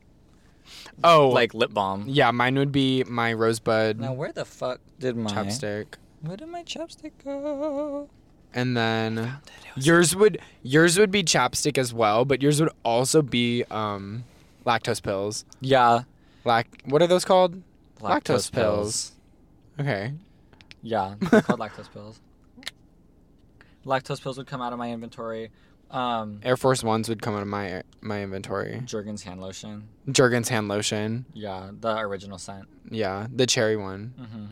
[SPEAKER 1] oh,
[SPEAKER 2] like lip balm.
[SPEAKER 1] yeah. Mine would be my rosebud
[SPEAKER 2] Now, where the fuck did my
[SPEAKER 1] chopstick,
[SPEAKER 2] Where did my chapstick go?
[SPEAKER 1] and then yours would yours would be chapstick as well, but yours would also be um, lactose pills.
[SPEAKER 2] Yeah,
[SPEAKER 1] Lac what are those called? Lactose pills. Okay.
[SPEAKER 2] Yeah, they're called lactose pills. Lactose pills would come out of my inventory. Um,
[SPEAKER 1] Air Force Ones would come out of my my inventory.
[SPEAKER 2] Jergens hand lotion.
[SPEAKER 1] Jergens hand lotion.
[SPEAKER 2] Yeah, the original scent.
[SPEAKER 1] Yeah, the cherry one.
[SPEAKER 2] Mm-hmm.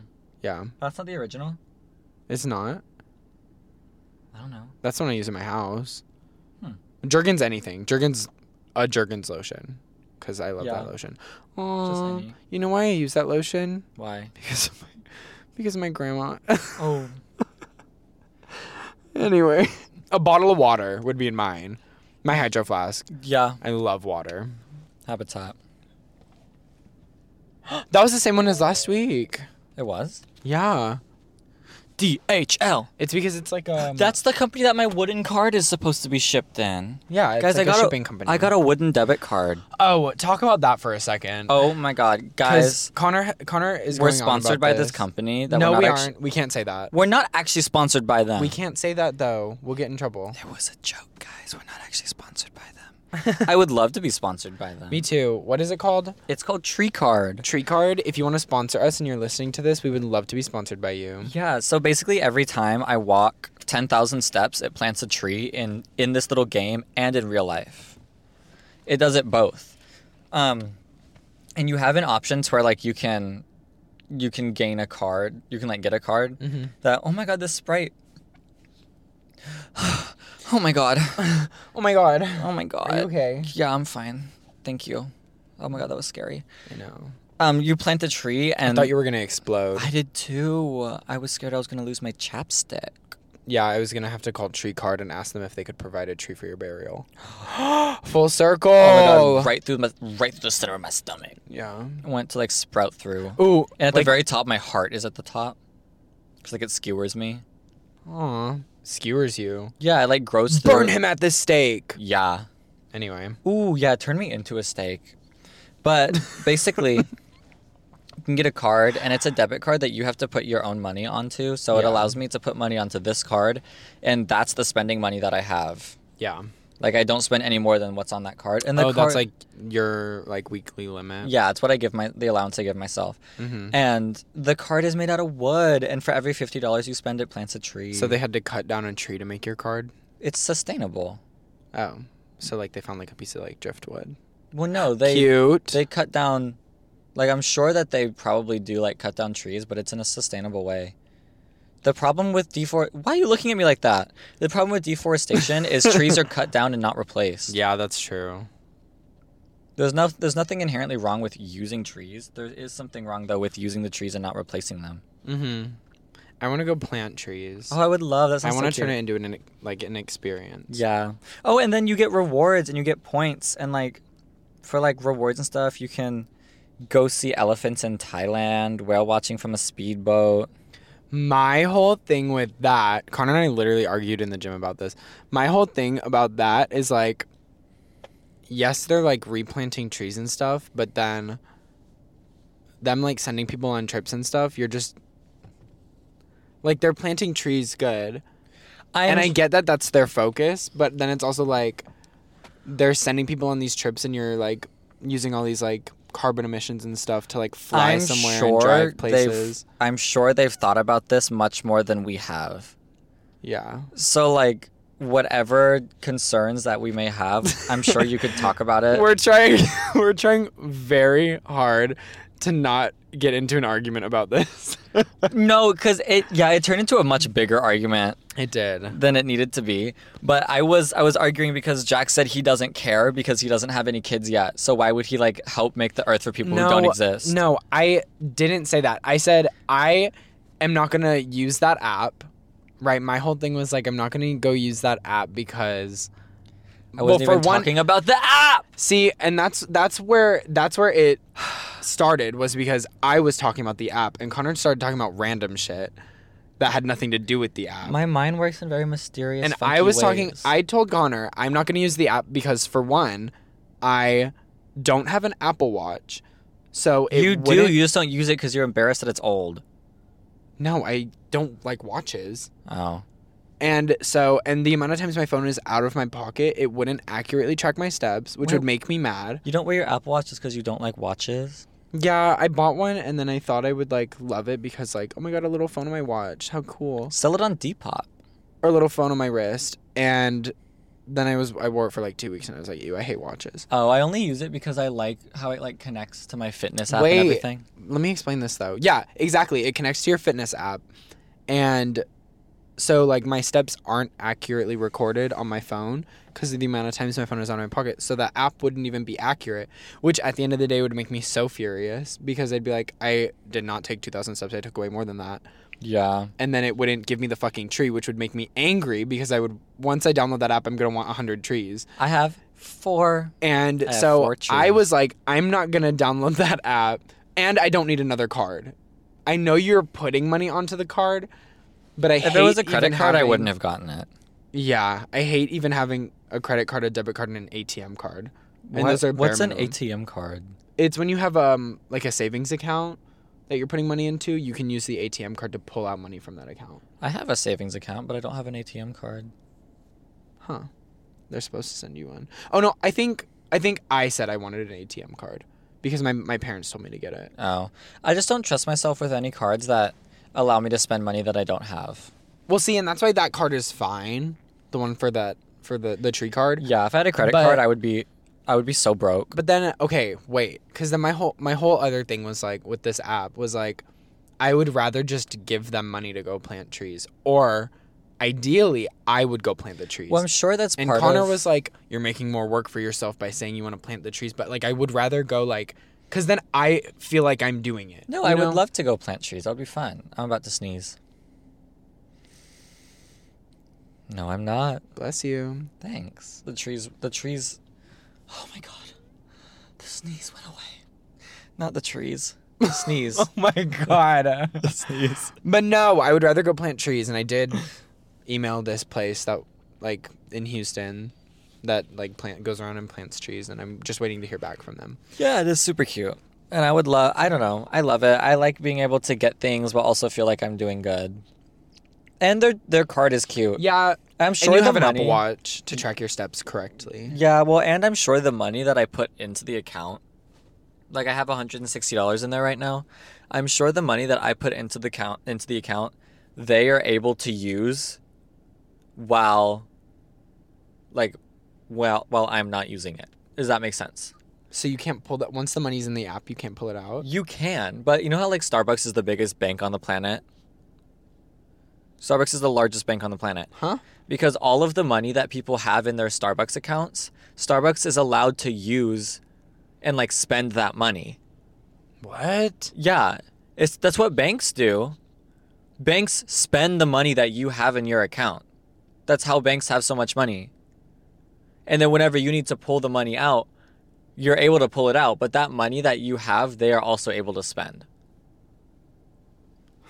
[SPEAKER 1] Yeah,
[SPEAKER 2] That's not the original.
[SPEAKER 1] it's not.
[SPEAKER 2] I don't know.
[SPEAKER 1] That's the one I use in my house.
[SPEAKER 2] Hmm.
[SPEAKER 1] Jergens anything. Jergens, a Jergens lotion, because I love
[SPEAKER 2] Yeah.
[SPEAKER 1] that lotion. Aw,
[SPEAKER 2] any.
[SPEAKER 1] you know why I use that lotion?
[SPEAKER 2] Why?
[SPEAKER 1] Because of my, because of my grandma.
[SPEAKER 2] Oh,
[SPEAKER 1] anyway, a bottle of water would be in mine. My hydro flask.
[SPEAKER 2] yeah,
[SPEAKER 1] I love water.
[SPEAKER 2] Habitat.
[SPEAKER 1] That was the same one as last week.
[SPEAKER 2] It was.
[SPEAKER 1] Yeah,
[SPEAKER 2] DHL.
[SPEAKER 1] it's because it's like um.
[SPEAKER 2] That's the company that my wooden card is supposed to be shipped in.
[SPEAKER 1] yeah. It's
[SPEAKER 2] Guys,
[SPEAKER 1] like
[SPEAKER 2] I got
[SPEAKER 1] a shipping company.
[SPEAKER 2] I got a wooden debit card.
[SPEAKER 1] Oh, talk about that for a second.
[SPEAKER 2] Oh my god,
[SPEAKER 1] 'Cause
[SPEAKER 2] guys,
[SPEAKER 1] Connor, Connor is
[SPEAKER 2] we're
[SPEAKER 1] going on
[SPEAKER 2] sponsored
[SPEAKER 1] about
[SPEAKER 2] by this company. That
[SPEAKER 1] no,
[SPEAKER 2] we're not
[SPEAKER 1] we
[SPEAKER 2] actu-
[SPEAKER 1] aren't. We can't say that.
[SPEAKER 2] We're not actually sponsored by them.
[SPEAKER 1] We can't say that though. We'll get in trouble.
[SPEAKER 2] It was a joke, guys. We're not actually sponsored by them. I would love to be sponsored by them.
[SPEAKER 1] Me too. What is it called?
[SPEAKER 2] It's called Tree Card.
[SPEAKER 1] Tree Card. If you want to sponsor us and you're listening to this, we would love to be sponsored by you.
[SPEAKER 2] Yeah. So basically, every time I walk ten thousand steps, it plants a tree in in this little game and in real life. It does it both. Um, and you have an option to where like you can, you can gain a card. You can like get a card.
[SPEAKER 1] Mm-hmm.
[SPEAKER 2] That oh my god, this sprite. oh my god.
[SPEAKER 1] Oh my god.
[SPEAKER 2] Oh my god.
[SPEAKER 1] Are you okay?
[SPEAKER 2] Yeah, I'm fine. Thank you. Oh my god, that was scary.
[SPEAKER 1] I know.
[SPEAKER 2] Um, you plant a tree and
[SPEAKER 1] I thought you were gonna explode.
[SPEAKER 2] I did too. I was scared I was gonna lose my chapstick.
[SPEAKER 1] yeah, I was gonna have to call Tree Card and ask them if they could provide a tree for your burial. Full circle.
[SPEAKER 2] Oh my god! Right through my, right through the center of my stomach.
[SPEAKER 1] Yeah.
[SPEAKER 2] It went to like sprout through.
[SPEAKER 1] Ooh.
[SPEAKER 2] And at the
[SPEAKER 1] like,
[SPEAKER 2] very top, my heart is at the top. Cause like it skewers me.
[SPEAKER 1] Aw. Skewers you.
[SPEAKER 2] Yeah, it like grows through.
[SPEAKER 1] Burn him at the stake.
[SPEAKER 2] Yeah.
[SPEAKER 1] Anyway.
[SPEAKER 2] Ooh, yeah, turn me into a steak. But basically, can get a card, and it's a debit card that you have to put your own money onto. So it
[SPEAKER 1] Yeah.
[SPEAKER 2] allows me to put money onto this card, and that's the spending money that I have.
[SPEAKER 1] Yeah.
[SPEAKER 2] Like I don't spend any more than what's on that card. And the
[SPEAKER 1] oh,
[SPEAKER 2] card,
[SPEAKER 1] that's like your like weekly limit.
[SPEAKER 2] yeah, it's what I give my the allowance I give myself.
[SPEAKER 1] Mhm.
[SPEAKER 2] And the card is made out of wood, and for every fifty dollars you spend, it plants a tree.
[SPEAKER 1] So they had to cut down a tree to make your card.
[SPEAKER 2] it's sustainable.
[SPEAKER 1] Oh, so like they found like a piece of like driftwood.
[SPEAKER 2] Well, no, they
[SPEAKER 1] Cute.
[SPEAKER 2] they cut down. Like I'm sure that they probably do like cut down trees, but it's in a sustainable way. The problem with defor why are you looking at me like that? The problem with deforestation is trees are cut down and not replaced.
[SPEAKER 1] yeah, that's true.
[SPEAKER 2] There's no there's nothing inherently wrong with using trees. There is something wrong though with using the trees and not replacing them.
[SPEAKER 1] Mm-hmm. I want to go plant trees.
[SPEAKER 2] Oh, I would love that.
[SPEAKER 1] I
[SPEAKER 2] sounds
[SPEAKER 1] want to
[SPEAKER 2] so
[SPEAKER 1] turn
[SPEAKER 2] cute.
[SPEAKER 1] it into an like an experience.
[SPEAKER 2] Yeah. Oh, and then you get rewards and you get points and like for like rewards and stuff, you can go see elephants in Thailand, whale watching from a speedboat.
[SPEAKER 1] My whole thing with that, Connor and I literally argued in the gym about this. My whole thing about that is like, yes, they're like replanting trees and stuff, but then them like sending people on trips and stuff, you're just like they're planting trees good.
[SPEAKER 2] I
[SPEAKER 1] and I get that that's their focus, but then it's also like they're sending people on these trips and you're like using all these like carbon emissions and stuff to like fly somewhere and drive places.
[SPEAKER 2] They've, I'm sure they've thought about this much more than we have.
[SPEAKER 1] Yeah.
[SPEAKER 2] So like whatever concerns that we may have, I'm sure you could talk about it.
[SPEAKER 1] we're trying we're trying very hard to not get into an argument about this
[SPEAKER 2] no, cuz it yeah, it turned into a much bigger argument.
[SPEAKER 1] it did
[SPEAKER 2] than it needed to be. But I was I was arguing because Jack said he doesn't care because he doesn't have any kids yet. So why would he like help make the earth for people who don't exist?
[SPEAKER 1] no i didn't say that i said i am not gonna use that app right my whole thing was like i'm not gonna go use that app because
[SPEAKER 2] I wasn't
[SPEAKER 1] well, for
[SPEAKER 2] even
[SPEAKER 1] one
[SPEAKER 2] talking about the app.
[SPEAKER 1] see and that's that's where that's where it started was because i was talking about the app and connor started talking about random shit that had nothing to do with the app
[SPEAKER 2] My mind works in very mysterious
[SPEAKER 1] and
[SPEAKER 2] funky
[SPEAKER 1] I was
[SPEAKER 2] ways.
[SPEAKER 1] talking. I told Connor I'm not going to use the app because, for one, I don't have an Apple Watch. So it
[SPEAKER 2] you do.
[SPEAKER 1] wouldn't-
[SPEAKER 2] You just don't use it because you're embarrassed that it's old.
[SPEAKER 1] No, I don't like watches.
[SPEAKER 2] Oh,
[SPEAKER 1] And so, and the amount of times my phone is out of my pocket, it wouldn't accurately track my steps, which would
[SPEAKER 2] Wait.
[SPEAKER 1] make me mad.
[SPEAKER 2] you don't wear your Apple Watch just because you don't like watches.
[SPEAKER 1] Yeah, I bought one, and then I thought I would like love it because, like, oh my god, a little phone on my watch, how cool,
[SPEAKER 2] Sell it on Depop.
[SPEAKER 1] or a little phone on my wrist, and then I was I wore it for like two weeks, and I was like, ew, I hate watches.
[SPEAKER 2] Oh, I only use it because I like how it like connects to my fitness app
[SPEAKER 1] Wait.
[SPEAKER 2] and everything.
[SPEAKER 1] let me explain this though. Yeah, exactly. It connects to your fitness app. And so like my steps aren't accurately recorded on my phone because of the amount of times my phone is out of my pocket. So the app wouldn't even be accurate, which at the end of the day would make me so furious because I'd be like, I did not take 2,000 steps. I took way more than that.
[SPEAKER 2] Yeah.
[SPEAKER 1] And then it wouldn't give me the fucking tree, which would make me angry because I would, once I download that app, I'm going to want 100 trees.
[SPEAKER 2] I have four.
[SPEAKER 1] And
[SPEAKER 2] I have
[SPEAKER 1] so
[SPEAKER 2] four
[SPEAKER 1] I
[SPEAKER 2] trees.
[SPEAKER 1] was like, I'm not going to download that app. And I don't need another card. I know you're putting money onto the card, but I
[SPEAKER 2] If
[SPEAKER 1] hate
[SPEAKER 2] it was a
[SPEAKER 1] even
[SPEAKER 2] credit card, I
[SPEAKER 1] having-
[SPEAKER 2] wouldn't have gotten it.
[SPEAKER 1] Yeah, I hate even having a credit card, a debit card, and an ATM card. And
[SPEAKER 2] What-
[SPEAKER 1] those are bare
[SPEAKER 2] what's an
[SPEAKER 1] minimum.
[SPEAKER 2] ATM card?
[SPEAKER 1] It's when you have um like a savings account that you're putting money into. You can use the ATM card to pull out money from that account.
[SPEAKER 2] I have a savings account, but I don't have an ATM card.
[SPEAKER 1] Huh? They're supposed to send you one. Oh no, I think I think I said I wanted an ATM card because my my parents told me to get it.
[SPEAKER 2] Oh, I just don't trust myself with any cards that allow me to spend money that I don't have.
[SPEAKER 1] Well, see, and that's why that card is fine. The one for that for the the tree card.
[SPEAKER 2] Yeah, if I had a credit
[SPEAKER 1] But-
[SPEAKER 2] card, I would be, I would be so broke.
[SPEAKER 1] But then okay, wait, cuz then my whole my whole other thing was like with this app was like I would rather just give them money to go plant trees or ideally I would go plant the trees.
[SPEAKER 2] Well, I'm sure that's
[SPEAKER 1] and
[SPEAKER 2] part
[SPEAKER 1] Connor
[SPEAKER 2] of.
[SPEAKER 1] was like you're making more work for yourself by saying you want to plant the trees, but like I would rather go like cuz then I feel like I'm doing it.
[SPEAKER 2] no,
[SPEAKER 1] you
[SPEAKER 2] I
[SPEAKER 1] know?
[SPEAKER 2] would love to go plant trees. That would be fun. I'm about to sneeze. No, I'm not.
[SPEAKER 1] bless you.
[SPEAKER 2] Thanks. The trees. The trees. Oh my god. The sneeze went away. Not the trees. The sneeze.
[SPEAKER 1] my god.
[SPEAKER 2] the sneeze.
[SPEAKER 1] But no, I would rather go plant trees, and I did email this place that like in Houston that like plant goes around and plants trees, and I'm just waiting to hear back from them.
[SPEAKER 2] Yeah, it is super cute. And I would love, I don't know, I love it. I like being able to get things, but also feel like I'm doing good. And their their card is cute.
[SPEAKER 1] Yeah,
[SPEAKER 2] I'm
[SPEAKER 1] and
[SPEAKER 2] sure
[SPEAKER 1] you
[SPEAKER 2] the
[SPEAKER 1] have an
[SPEAKER 2] money.
[SPEAKER 1] Apple Watch to track your steps correctly.
[SPEAKER 2] Yeah, well, and I'm sure the money that I put into the account, like I have $160 in there right now. I'm sure the money that I put into the account into the account, they are able to use while like while while I'm not using it. Does that make sense?
[SPEAKER 1] So you can't pull that once the money's in the app, you can't pull it out.
[SPEAKER 2] You can, but you know how like Starbucks is the biggest bank on the planet? Starbucks is the largest bank on the planet.
[SPEAKER 1] Huh?
[SPEAKER 2] because all of the money that people have in their Starbucks accounts, Starbucks is allowed to use and like spend that money.
[SPEAKER 1] What?
[SPEAKER 2] Yeah, it's that's what banks do. Banks spend the money that you have in your account. That's how banks have so much money. And then whenever you need to pull the money out, you're able to pull it out, but that money that you have, they are also able to spend.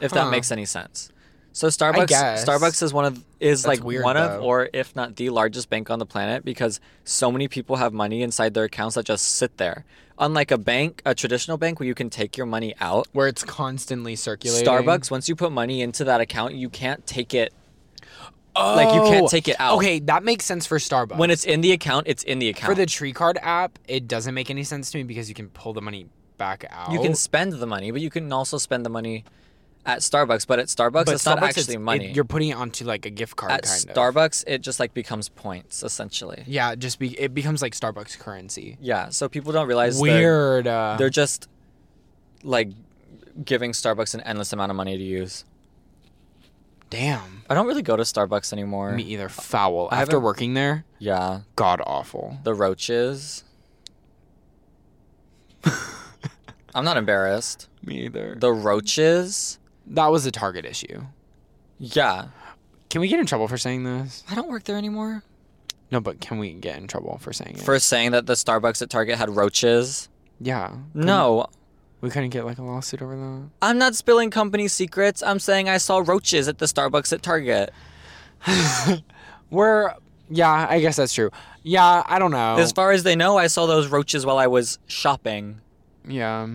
[SPEAKER 2] If
[SPEAKER 1] Huh.
[SPEAKER 2] that makes any sense. So Starbucks
[SPEAKER 1] guess.
[SPEAKER 2] Starbucks is one of is
[SPEAKER 1] That's
[SPEAKER 2] like
[SPEAKER 1] weird,
[SPEAKER 2] one of
[SPEAKER 1] though.
[SPEAKER 2] or if not the largest bank on the planet because so many people have money inside their accounts that just sit there. Unlike a bank, a traditional bank where you can take your money out,
[SPEAKER 1] Where it's constantly circulating.
[SPEAKER 2] Starbucks, once you put money into that account, you can't take it.
[SPEAKER 1] Oh,
[SPEAKER 2] like, you can't take it out.
[SPEAKER 1] Okay, that makes sense for Starbucks.
[SPEAKER 2] When it's in the account, it's in the account.
[SPEAKER 1] for the Tree Card app, it doesn't make any sense to me because you can pull the money back out.
[SPEAKER 2] you can spend the money, but you can also spend the money at Starbucks. But at Starbucks,
[SPEAKER 1] but
[SPEAKER 2] it's not
[SPEAKER 1] Starbucks,
[SPEAKER 2] actually
[SPEAKER 1] it-
[SPEAKER 2] money.
[SPEAKER 1] you're putting it onto like a gift card
[SPEAKER 2] at
[SPEAKER 1] kind of.
[SPEAKER 2] Starbucks, it just like becomes points essentially.
[SPEAKER 1] Yeah, it just be it becomes like Starbucks currency.
[SPEAKER 2] Yeah, so people don't realize the-
[SPEAKER 1] Weird. uh,
[SPEAKER 2] they're just like giving Starbucks an endless amount of money to use.
[SPEAKER 1] damn.
[SPEAKER 2] I don't really go to Starbucks anymore.
[SPEAKER 1] Me either. Foul.
[SPEAKER 2] I
[SPEAKER 1] After
[SPEAKER 2] haven't-
[SPEAKER 1] working there,
[SPEAKER 2] Yeah,
[SPEAKER 1] god awful.
[SPEAKER 2] the roaches. I'm not embarrassed.
[SPEAKER 1] Me either.
[SPEAKER 2] The roaches.
[SPEAKER 1] That was a Target issue.
[SPEAKER 2] Yeah,
[SPEAKER 1] Can we get in trouble for saying this?
[SPEAKER 2] I don't work there anymore.
[SPEAKER 1] No, but can we get in trouble for saying it?
[SPEAKER 2] For saying that the Starbucks at Target had roaches.
[SPEAKER 1] yeah.
[SPEAKER 2] No,
[SPEAKER 1] We couldn't get like a lawsuit over that.
[SPEAKER 2] I'm not spilling company secrets. I'm saying I saw roaches at the Starbucks at Target.
[SPEAKER 1] We're yeah, I guess that's true. Yeah, I don't know.
[SPEAKER 2] As far as they know, I saw those roaches while I was shopping.
[SPEAKER 1] yeah,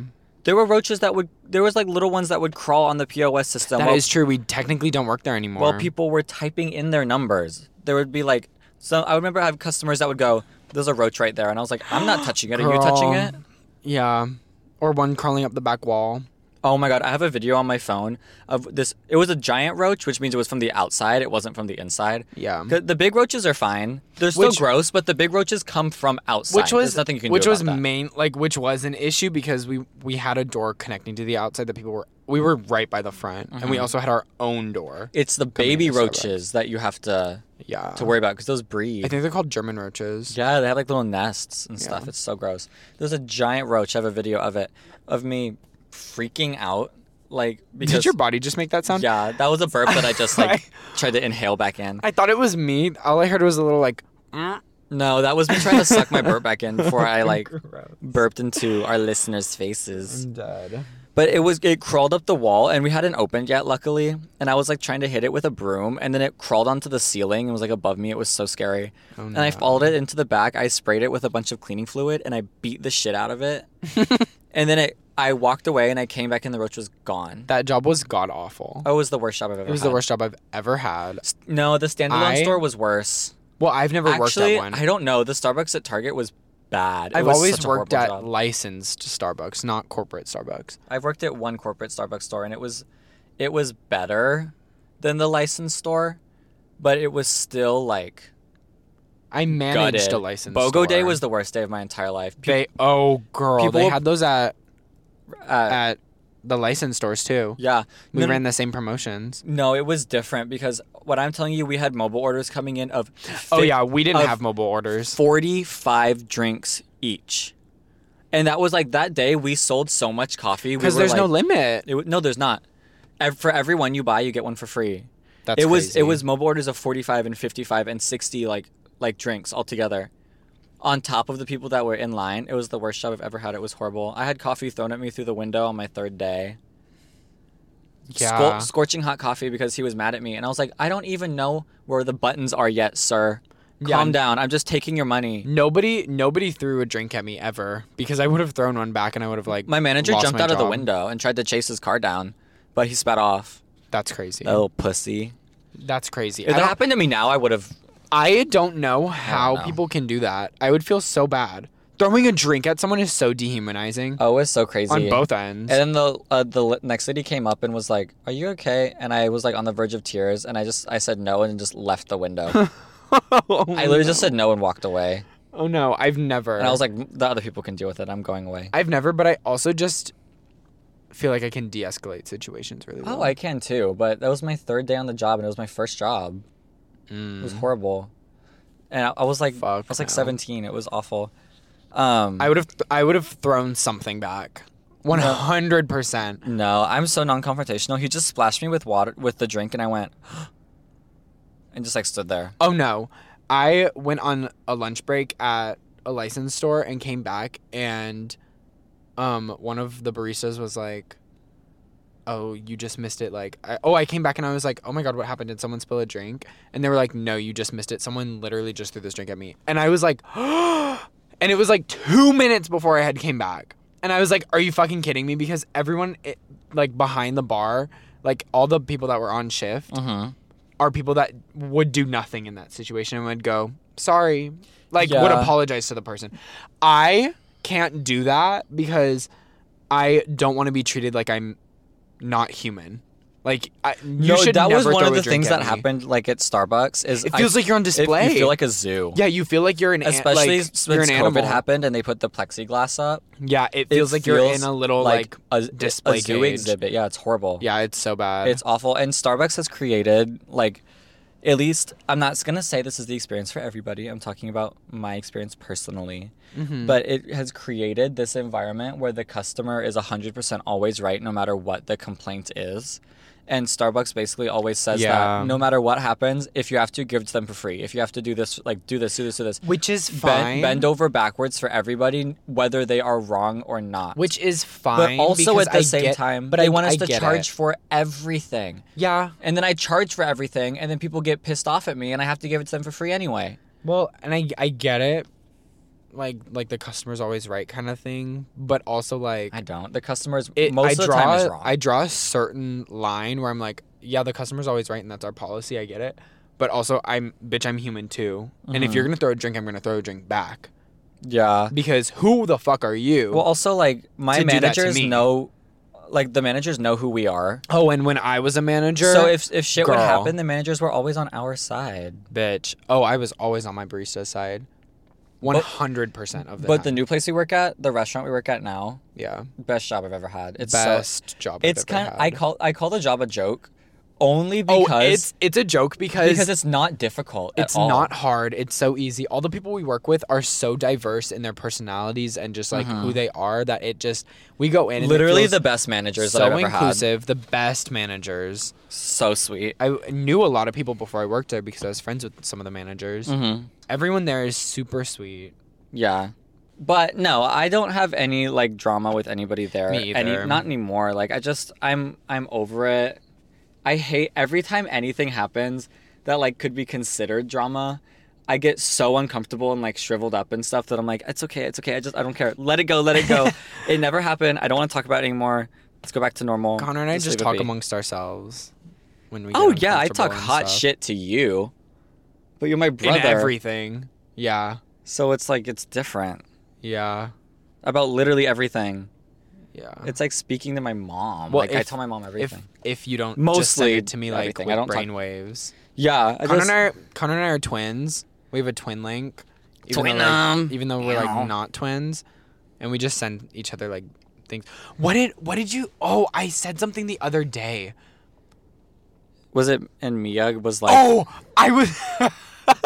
[SPEAKER 2] There were roaches that would there was like little ones that would crawl on the POS system
[SPEAKER 1] that is
[SPEAKER 2] while,
[SPEAKER 1] true. We technically don't work there anymore.
[SPEAKER 2] while people were typing in their numbers. There would be like so I remember I have customers that would go, There's a roach right there and I was like, I'm not touching it. Are you touching
[SPEAKER 1] Girl.
[SPEAKER 2] it?
[SPEAKER 1] yeah, or one crawling up the back wall.
[SPEAKER 2] Oh my god, I have a video on my phone of this it was a giant roach, which means it was from the outside, it wasn't from the inside.
[SPEAKER 1] Yeah.
[SPEAKER 2] The, the big roaches are fine. They're still
[SPEAKER 1] Which-
[SPEAKER 2] gross, but the big roaches come from outside.
[SPEAKER 1] Which was
[SPEAKER 2] There's nothing you can
[SPEAKER 1] which
[SPEAKER 2] do
[SPEAKER 1] was
[SPEAKER 2] about that.
[SPEAKER 1] main like which was an issue because we we had a door connecting to the outside that people were we were right by the front and we also had our own door.
[SPEAKER 2] It's the baby
[SPEAKER 1] into Starbucks.
[SPEAKER 2] roaches that you have to
[SPEAKER 1] Yeah,
[SPEAKER 2] to worry about because those breed.
[SPEAKER 1] I think they're called German roaches.
[SPEAKER 2] yeah, they have like little nests and stuff. It's so gross. There's a giant roach. I have a video of it of me freaking out like because
[SPEAKER 1] Did your body just make that sound?
[SPEAKER 2] yeah, that was a burp that I just like tried to inhale back in.
[SPEAKER 1] I thought it was me. All I heard was a little like. "Mm."
[SPEAKER 2] No, that was me trying to suck my burp back in before I like burped into our listeners' faces. But it was it crawled up the wall and we hadn't opened yet, luckily. And I was like trying to hit it with a broom, and then it crawled onto the ceiling and was like above me. It was so scary.
[SPEAKER 1] Oh,
[SPEAKER 2] And I followed it into the back. I sprayed it with a bunch of cleaning fluid and I beat the shit out of it. and then it, I walked away and I came back and the roach was gone.
[SPEAKER 1] That job was god awful.
[SPEAKER 2] Oh, it was the worst job I've ever.
[SPEAKER 1] It was the worst job I've ever had.
[SPEAKER 2] No, the standalone
[SPEAKER 1] I-
[SPEAKER 2] store was worse.
[SPEAKER 1] Well, I've never
[SPEAKER 2] Actually,
[SPEAKER 1] worked at one.
[SPEAKER 2] I don't know. The Starbucks at Target was bad. It
[SPEAKER 1] I've
[SPEAKER 2] was
[SPEAKER 1] always
[SPEAKER 2] such a
[SPEAKER 1] worked
[SPEAKER 2] horrible
[SPEAKER 1] at
[SPEAKER 2] job.
[SPEAKER 1] licensed Starbucks, not corporate Starbucks.
[SPEAKER 2] I've worked at one corporate Starbucks store and it was it was better than the licensed store, but it was still like
[SPEAKER 1] I managed
[SPEAKER 2] gutted.
[SPEAKER 1] a licensed
[SPEAKER 2] BOGO
[SPEAKER 1] store.
[SPEAKER 2] day was the worst day of my entire life. Pe-
[SPEAKER 1] they oh girl
[SPEAKER 2] people
[SPEAKER 1] they
[SPEAKER 2] will-
[SPEAKER 1] had those at
[SPEAKER 2] uh,
[SPEAKER 1] at the licensed stores too.
[SPEAKER 2] yeah.
[SPEAKER 1] We
[SPEAKER 2] No,
[SPEAKER 1] ran the same promotions.
[SPEAKER 2] no, it was different because what I'm telling you, we had mobile orders coming in of
[SPEAKER 1] Oh
[SPEAKER 2] fi-
[SPEAKER 1] yeah, we didn't
[SPEAKER 2] of
[SPEAKER 1] have mobile orders.
[SPEAKER 2] 45 drinks each. And that was like that day we sold so much coffee we
[SPEAKER 1] Because
[SPEAKER 2] were,
[SPEAKER 1] there's no
[SPEAKER 2] like-
[SPEAKER 1] limit.
[SPEAKER 2] It, wa- no, there's not. Ev- For every one you buy, you get one for free.
[SPEAKER 1] That's
[SPEAKER 2] it was
[SPEAKER 1] crazy.
[SPEAKER 2] it was mobile orders of 45 and 55 and 60 like like drinks altogether. On top of the people that were in line, it was the worst job I've ever had. It was horrible. I had coffee thrown at me through the window on my third day.
[SPEAKER 1] yeah.
[SPEAKER 2] scorching hot coffee because he was mad at me, and I was like, I don't even know where the buttons are yet, sir.
[SPEAKER 1] Yeah.
[SPEAKER 2] Calm down. I'm just taking your money.
[SPEAKER 1] Nobody, nobody threw a drink at me ever because I would have thrown one back and I would have like.
[SPEAKER 2] My manager
[SPEAKER 1] lost
[SPEAKER 2] jumped
[SPEAKER 1] my
[SPEAKER 2] out of the
[SPEAKER 1] job.
[SPEAKER 2] window and tried to chase his car down, but he sped off.
[SPEAKER 1] That's crazy.
[SPEAKER 2] Oh, pussy.
[SPEAKER 1] That's crazy. I
[SPEAKER 2] If that
[SPEAKER 1] don't,
[SPEAKER 2] happened to me now, I would have.
[SPEAKER 1] I don't know how
[SPEAKER 2] know.
[SPEAKER 1] people can do that. I would feel so bad. Throwing a drink at someone is so dehumanizing
[SPEAKER 2] Oh, it was so crazy.
[SPEAKER 1] on both ends.
[SPEAKER 2] And then the uh, the li- next lady came up and was like, "Are you okay?" And I was like on the verge of tears, and I just I said no and just left the window. I literally just said no and walked away.
[SPEAKER 1] oh no, I've never.
[SPEAKER 2] And I was like, "The other people can deal with it. I'm going away."
[SPEAKER 1] I've never, but I also just feel like I can de-escalate situations really well.
[SPEAKER 2] Oh, I can too. But that was my third day on the job, and it was my first job. It was horrible, and I, I was like,
[SPEAKER 1] Mm-hmm. Fuck
[SPEAKER 2] I was like
[SPEAKER 1] no.
[SPEAKER 2] 17. It was awful. Um,
[SPEAKER 1] I would have, I would have thrown something back. One hundred percent.
[SPEAKER 2] no, I'm so non-confrontational. He just splashed me with water with the drink, and I went, and just like stood there.
[SPEAKER 1] Oh no. I went on a lunch break at a license store and came back and um one of the baristas was like Oh, you just missed it. Like, I, oh, I came back and I was like, oh my God, what happened? Did someone spill a drink? And they were like, no, you just missed it. Someone literally just threw this drink at me. And I was like, and it was like two minutes before I had came back. And I was like, are you fucking kidding me? Because everyone, it, like, behind the bar, like, all the people that were on shift,
[SPEAKER 2] Mm-hmm.
[SPEAKER 1] are people that would do nothing in that situation and would go, sorry, like would
[SPEAKER 2] Yeah.
[SPEAKER 1] apologize to the person. I can't do that because I don't want to be treated like I'm not human. Like I, you
[SPEAKER 2] no,
[SPEAKER 1] should
[SPEAKER 2] that was
[SPEAKER 1] never
[SPEAKER 2] one
[SPEAKER 1] throw
[SPEAKER 2] of
[SPEAKER 1] a
[SPEAKER 2] the
[SPEAKER 1] drink
[SPEAKER 2] things
[SPEAKER 1] at
[SPEAKER 2] that
[SPEAKER 1] me.
[SPEAKER 2] happened like at Starbucks. Is
[SPEAKER 1] It
[SPEAKER 2] I-
[SPEAKER 1] feels like you're on
[SPEAKER 2] it-
[SPEAKER 1] display.
[SPEAKER 2] you feel like a zoo.
[SPEAKER 1] yeah, you feel like you're an an-
[SPEAKER 2] Especially
[SPEAKER 1] like,
[SPEAKER 2] since
[SPEAKER 1] you're an
[SPEAKER 2] COVID
[SPEAKER 1] animal.
[SPEAKER 2] happened and they put the plexiglass up.
[SPEAKER 1] Yeah, it
[SPEAKER 2] It
[SPEAKER 1] feels like you're
[SPEAKER 2] feels
[SPEAKER 1] in a little like,
[SPEAKER 2] a,
[SPEAKER 1] display
[SPEAKER 2] a zoo
[SPEAKER 1] cage.
[SPEAKER 2] exhibit. Yeah, it's horrible.
[SPEAKER 1] yeah, it's so bad.
[SPEAKER 2] It's awful. And Starbucks has created like at least I'm not gonna say this is the experience for everybody. I'm talking about my experience personally.
[SPEAKER 1] Mm-hmm.
[SPEAKER 2] But it has created this environment where the customer is hundred percent always right no matter what the complaint is. And Starbucks basically always says
[SPEAKER 1] Yeah.
[SPEAKER 2] that no matter what happens, if you have to give to them for free. If you have to do this like do this, do this, do this.
[SPEAKER 1] which is
[SPEAKER 2] Bend,
[SPEAKER 1] fine.
[SPEAKER 2] bend over backwards for everybody, whether they are wrong or not.
[SPEAKER 1] which is
[SPEAKER 2] but
[SPEAKER 1] fine.
[SPEAKER 2] also
[SPEAKER 1] because
[SPEAKER 2] at the
[SPEAKER 1] I
[SPEAKER 2] same
[SPEAKER 1] get-
[SPEAKER 2] time,
[SPEAKER 1] but
[SPEAKER 2] they
[SPEAKER 1] I
[SPEAKER 2] want us
[SPEAKER 1] I
[SPEAKER 2] to
[SPEAKER 1] get
[SPEAKER 2] charge
[SPEAKER 1] it.
[SPEAKER 2] for everything.
[SPEAKER 1] Yeah,
[SPEAKER 2] And then I charge for everything, and then people get pissed off at me, and I have to give it to them for free anyway.
[SPEAKER 1] Well, and I I get it, like like the customer's always right kind of thing, but also like
[SPEAKER 2] I don't. The customers
[SPEAKER 1] it,
[SPEAKER 2] most
[SPEAKER 1] I
[SPEAKER 2] of the
[SPEAKER 1] draw
[SPEAKER 2] time is wrong.
[SPEAKER 1] I draw a certain line where I'm like, yeah, the customer's always right, and that's our policy. I get it, but also I'm bitch, I'm human too, and
[SPEAKER 2] Mm-hmm.
[SPEAKER 1] if you're gonna throw a drink, I'm gonna throw a drink back
[SPEAKER 2] yeah.
[SPEAKER 1] because who the fuck are you?
[SPEAKER 2] Well, also like my
[SPEAKER 1] To do that to
[SPEAKER 2] managers
[SPEAKER 1] me.
[SPEAKER 2] know, like the managers know who we are.
[SPEAKER 1] oh, and when I was a manager,
[SPEAKER 2] So if if shit would
[SPEAKER 1] Girl.
[SPEAKER 2] happen, the managers were always on our side.
[SPEAKER 1] bitch, oh, I was always on my barista side, one hundred percent of the
[SPEAKER 2] But the
[SPEAKER 1] time.
[SPEAKER 2] new place we work at, the restaurant we work at now,
[SPEAKER 1] yeah
[SPEAKER 2] best job I've ever had. It's so-
[SPEAKER 1] best job. I've
[SPEAKER 2] it's
[SPEAKER 1] ever
[SPEAKER 2] kind of I
[SPEAKER 1] had.
[SPEAKER 2] call I call the job a joke, only
[SPEAKER 1] Oh,
[SPEAKER 2] because
[SPEAKER 1] it's it's a joke
[SPEAKER 2] because it's not difficult. at
[SPEAKER 1] It's
[SPEAKER 2] all.
[SPEAKER 1] not hard. It's so easy. All the people we work with are so diverse in their personalities and just like who they are that it just we go in and it
[SPEAKER 2] Mm-hmm. literally
[SPEAKER 1] feels
[SPEAKER 2] the best managers
[SPEAKER 1] so
[SPEAKER 2] that I've ever had.
[SPEAKER 1] inclusive, the best managers.
[SPEAKER 2] So sweet.
[SPEAKER 1] I knew a lot of people before I worked there because I was friends with some of the managers.
[SPEAKER 2] Mm-hmm.
[SPEAKER 1] Everyone there is super sweet.
[SPEAKER 2] Yeah. But no, I don't have any like drama with anybody there.
[SPEAKER 1] Me
[SPEAKER 2] Any-
[SPEAKER 1] either.
[SPEAKER 2] not anymore. Like I just I'm I'm over it. I hate every time anything happens that like could be considered drama. I get so uncomfortable and like shriveled up and stuff that I'm like, it's okay, it's okay. I just I don't care. Let it go, let it go. it never happened. I don't want to talk about it anymore. Let's go back to normal.
[SPEAKER 1] Connor and I just
[SPEAKER 2] leave it
[SPEAKER 1] talk
[SPEAKER 2] be.
[SPEAKER 1] amongst ourselves when we.
[SPEAKER 2] Oh
[SPEAKER 1] get
[SPEAKER 2] yeah, I
[SPEAKER 1] uncomfortable
[SPEAKER 2] talk
[SPEAKER 1] and
[SPEAKER 2] hot
[SPEAKER 1] stuff.
[SPEAKER 2] shit to you, but you're my
[SPEAKER 1] in
[SPEAKER 2] brother.
[SPEAKER 1] everything. Yeah,
[SPEAKER 2] so it's like it's different
[SPEAKER 1] yeah,
[SPEAKER 2] about literally everything.
[SPEAKER 1] yeah.
[SPEAKER 2] It's like speaking to my mom.
[SPEAKER 1] Well,
[SPEAKER 2] like I
[SPEAKER 1] if-
[SPEAKER 2] tell my mom
[SPEAKER 1] if
[SPEAKER 2] everything.
[SPEAKER 1] if you don't just send
[SPEAKER 2] Mostly
[SPEAKER 1] it to me like
[SPEAKER 2] everything.
[SPEAKER 1] with
[SPEAKER 2] I don't talk-
[SPEAKER 1] brainwaves.
[SPEAKER 2] yeah, I
[SPEAKER 1] Connor
[SPEAKER 2] just,
[SPEAKER 1] and I, are, Connor and I are twins. We have a twin link. Even though, like-
[SPEAKER 2] Twinum.
[SPEAKER 1] even though we're
[SPEAKER 2] Meow.
[SPEAKER 1] like not twins, and we just send each other like things. What did What did you? Oh, I said something the other day.
[SPEAKER 2] was it and Mia was like
[SPEAKER 1] Oh, I was.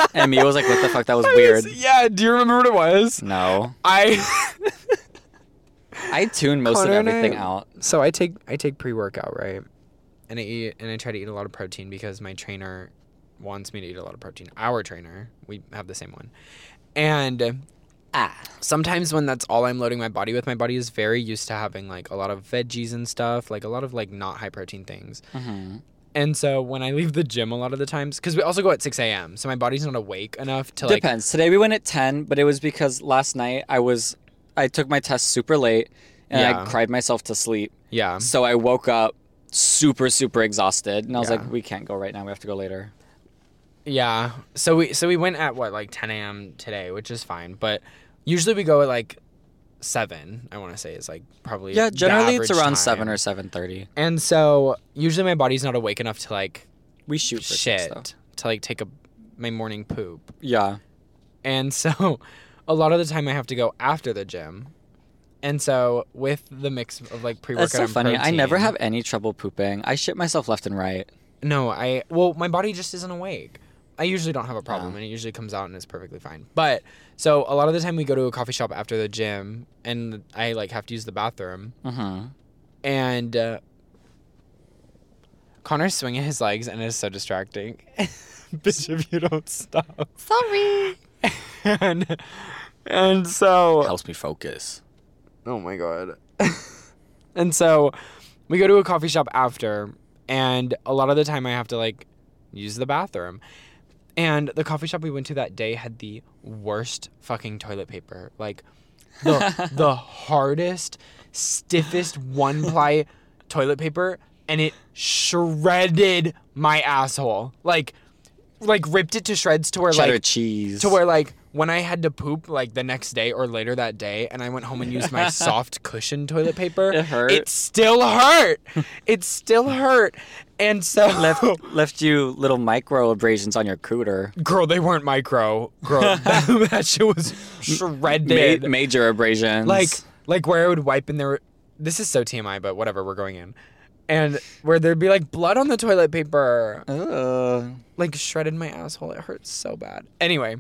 [SPEAKER 2] and Mia was like, what the fuck? That Oh! was
[SPEAKER 1] I
[SPEAKER 2] weird.
[SPEAKER 1] was- yeah. Do you remember what it was?
[SPEAKER 2] No,
[SPEAKER 1] I.
[SPEAKER 2] I tune most
[SPEAKER 1] Connor
[SPEAKER 2] of
[SPEAKER 1] and I-
[SPEAKER 2] everything out.
[SPEAKER 1] so I take I take pre workout right, and I eat and I try to eat a lot of protein because my trainer wants me to eat a lot of protein. Our trainer, we have the same one, and
[SPEAKER 2] Ah,
[SPEAKER 1] sometimes when that's all I'm loading my body with, my body is
[SPEAKER 2] Mm-hmm.
[SPEAKER 1] very used to having like a lot of veggies and stuff, like a lot of like not high protein things. And so when I leave the gym a lot of the times, because we also go at 6 a.m., so my body's not awake enough to like.
[SPEAKER 2] Depends. Today we went at 10, but it was because last night I was I took my test super late and
[SPEAKER 1] Yeah.
[SPEAKER 2] I cried myself to sleep.
[SPEAKER 1] Yeah.
[SPEAKER 2] So I woke up super super exhausted and I was
[SPEAKER 1] Yeah.
[SPEAKER 2] like we can't go right now. We have to go later.
[SPEAKER 1] Yeah. So we so we went at what like 10 a.m. today, which is fine. But usually we go at like seven. I want to say is like probably
[SPEAKER 2] Yeah,
[SPEAKER 1] the
[SPEAKER 2] generally it's
[SPEAKER 1] average
[SPEAKER 2] around
[SPEAKER 1] time.
[SPEAKER 2] 7 or 7:30.
[SPEAKER 1] And so usually my body's not awake enough to like
[SPEAKER 2] We shoot for
[SPEAKER 1] shit
[SPEAKER 2] Six, though.
[SPEAKER 1] to like take a my morning poop.
[SPEAKER 2] Yeah.
[SPEAKER 1] And so a lot of the time I have to go after the gym. And so with the mix of like pre workout
[SPEAKER 2] That's so funny. I never have any trouble pooping. I shit myself left and right.
[SPEAKER 1] No, I well, my body just isn't awake. I usually don't have a problem, and it usually comes out and it's perfectly fine. But so a lot of the time we go to a coffee shop after the gym, and I like have to use the bathroom,
[SPEAKER 2] hmm
[SPEAKER 1] and uh, Connor's swinging his legs, and it is so distracting. Bitch, if you don't stop. Sorry. and and so
[SPEAKER 2] Helps me focus.
[SPEAKER 1] Oh my god. and so we go to a coffee shop after and a lot of the time I have to like use the bathroom. And the coffee shop we went to that day had the worst fucking toilet paper. Like the the hardest, stiffest one ply toilet paper and it shredded my asshole. Like like ripped it to shreds to where
[SPEAKER 2] Cheddar
[SPEAKER 1] like
[SPEAKER 2] cheese.
[SPEAKER 1] to where like when I had to poop like the next day or later that day and I went home and used my soft cushion toilet paper,
[SPEAKER 2] It hurt.
[SPEAKER 1] It still hurt. it still hurt. And so
[SPEAKER 2] left left you little micro abrasions on your cooter.
[SPEAKER 1] girl, they weren't micro. Girl, that, that shit was shredded.
[SPEAKER 2] Ma- major abrasions.
[SPEAKER 1] like like where I would wipe and there were, this is so TMI, but whatever, we're going in. And where there'd be like blood on the toilet paper,
[SPEAKER 2] Ugh.
[SPEAKER 1] like shredded my asshole. It hurts so bad. Anyway,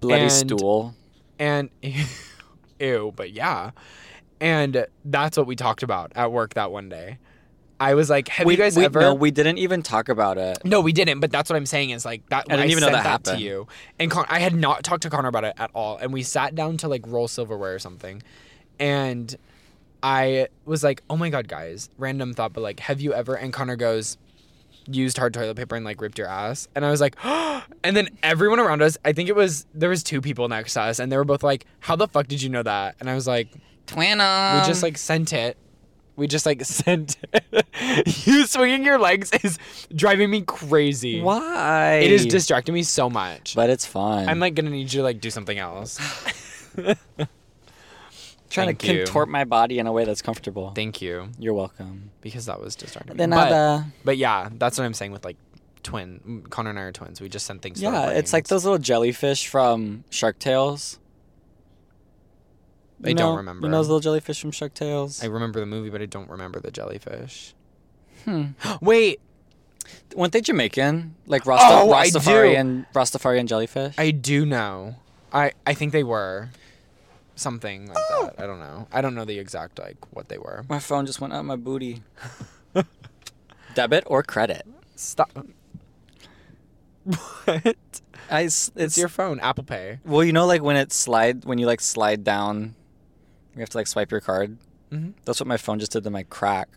[SPEAKER 2] bloody
[SPEAKER 1] And-
[SPEAKER 2] stool.
[SPEAKER 1] and ew, but yeah. And that's what we talked about at work that one day. I was like, "Have
[SPEAKER 2] we,
[SPEAKER 1] you guys
[SPEAKER 2] we,
[SPEAKER 1] ever?"
[SPEAKER 2] No, we didn't even talk about it.
[SPEAKER 1] No, we didn't. But that's what I'm saying is like that.
[SPEAKER 2] I didn't even know
[SPEAKER 1] sent
[SPEAKER 2] that happened.
[SPEAKER 1] to you. And Con- I had not talked to Connor about it at all. And we sat down to like roll silverware or something, and I was like, "Oh my god, guys!" Random thought, but like, have you ever? And Connor goes, "Used hard toilet paper and like ripped your ass." And I was like, and then everyone around us. I think it was there was two people next to us, and they were both like, "How the fuck did you know that?" And I was like,
[SPEAKER 2] Twana.
[SPEAKER 1] we just like sent it. We just like sent it. you swinging your legs is driving me crazy.
[SPEAKER 2] why?
[SPEAKER 1] It is distracting me so much.
[SPEAKER 2] But it's fun.
[SPEAKER 1] I'm like gonna need you to like do something else.
[SPEAKER 2] trying to
[SPEAKER 1] thank you.
[SPEAKER 2] contort my body in a way that's comfortable.
[SPEAKER 1] Thank you,
[SPEAKER 2] You're welcome.
[SPEAKER 1] because that was distracting.
[SPEAKER 2] De
[SPEAKER 1] me. But,
[SPEAKER 2] nada.
[SPEAKER 1] but yeah, that's what I'm saying with like twin mm, Connor and I are twins. We just send things. to our
[SPEAKER 2] Yeah, it's like
[SPEAKER 1] brains.
[SPEAKER 2] those little jellyfish from Shark Tales.
[SPEAKER 1] I
[SPEAKER 2] You
[SPEAKER 1] don't
[SPEAKER 2] know-
[SPEAKER 1] remember.
[SPEAKER 2] You know those little jellyfish from Shark Tales?
[SPEAKER 1] I remember the movie, but I don't remember the jellyfish.
[SPEAKER 2] Hmm.
[SPEAKER 1] Wait,
[SPEAKER 2] Weren't they Jamaican? Like Rasta,
[SPEAKER 1] Oh, I
[SPEAKER 2] Rastafari
[SPEAKER 1] do.
[SPEAKER 2] and Rastafari and jellyfish?
[SPEAKER 1] I do know. I I think they were something like
[SPEAKER 2] Oh.
[SPEAKER 1] that. I don't know. I don't know the exact like what they were.
[SPEAKER 2] my phone just went up my booty. Debit or credit?
[SPEAKER 1] Stop. What?
[SPEAKER 2] I, s-
[SPEAKER 1] It's your phone, Apple Pay.
[SPEAKER 2] Well, you know, like when it slide when you like slide down, you have to like swipe your card.
[SPEAKER 1] Mhm.
[SPEAKER 2] That's what my phone just did to my crack,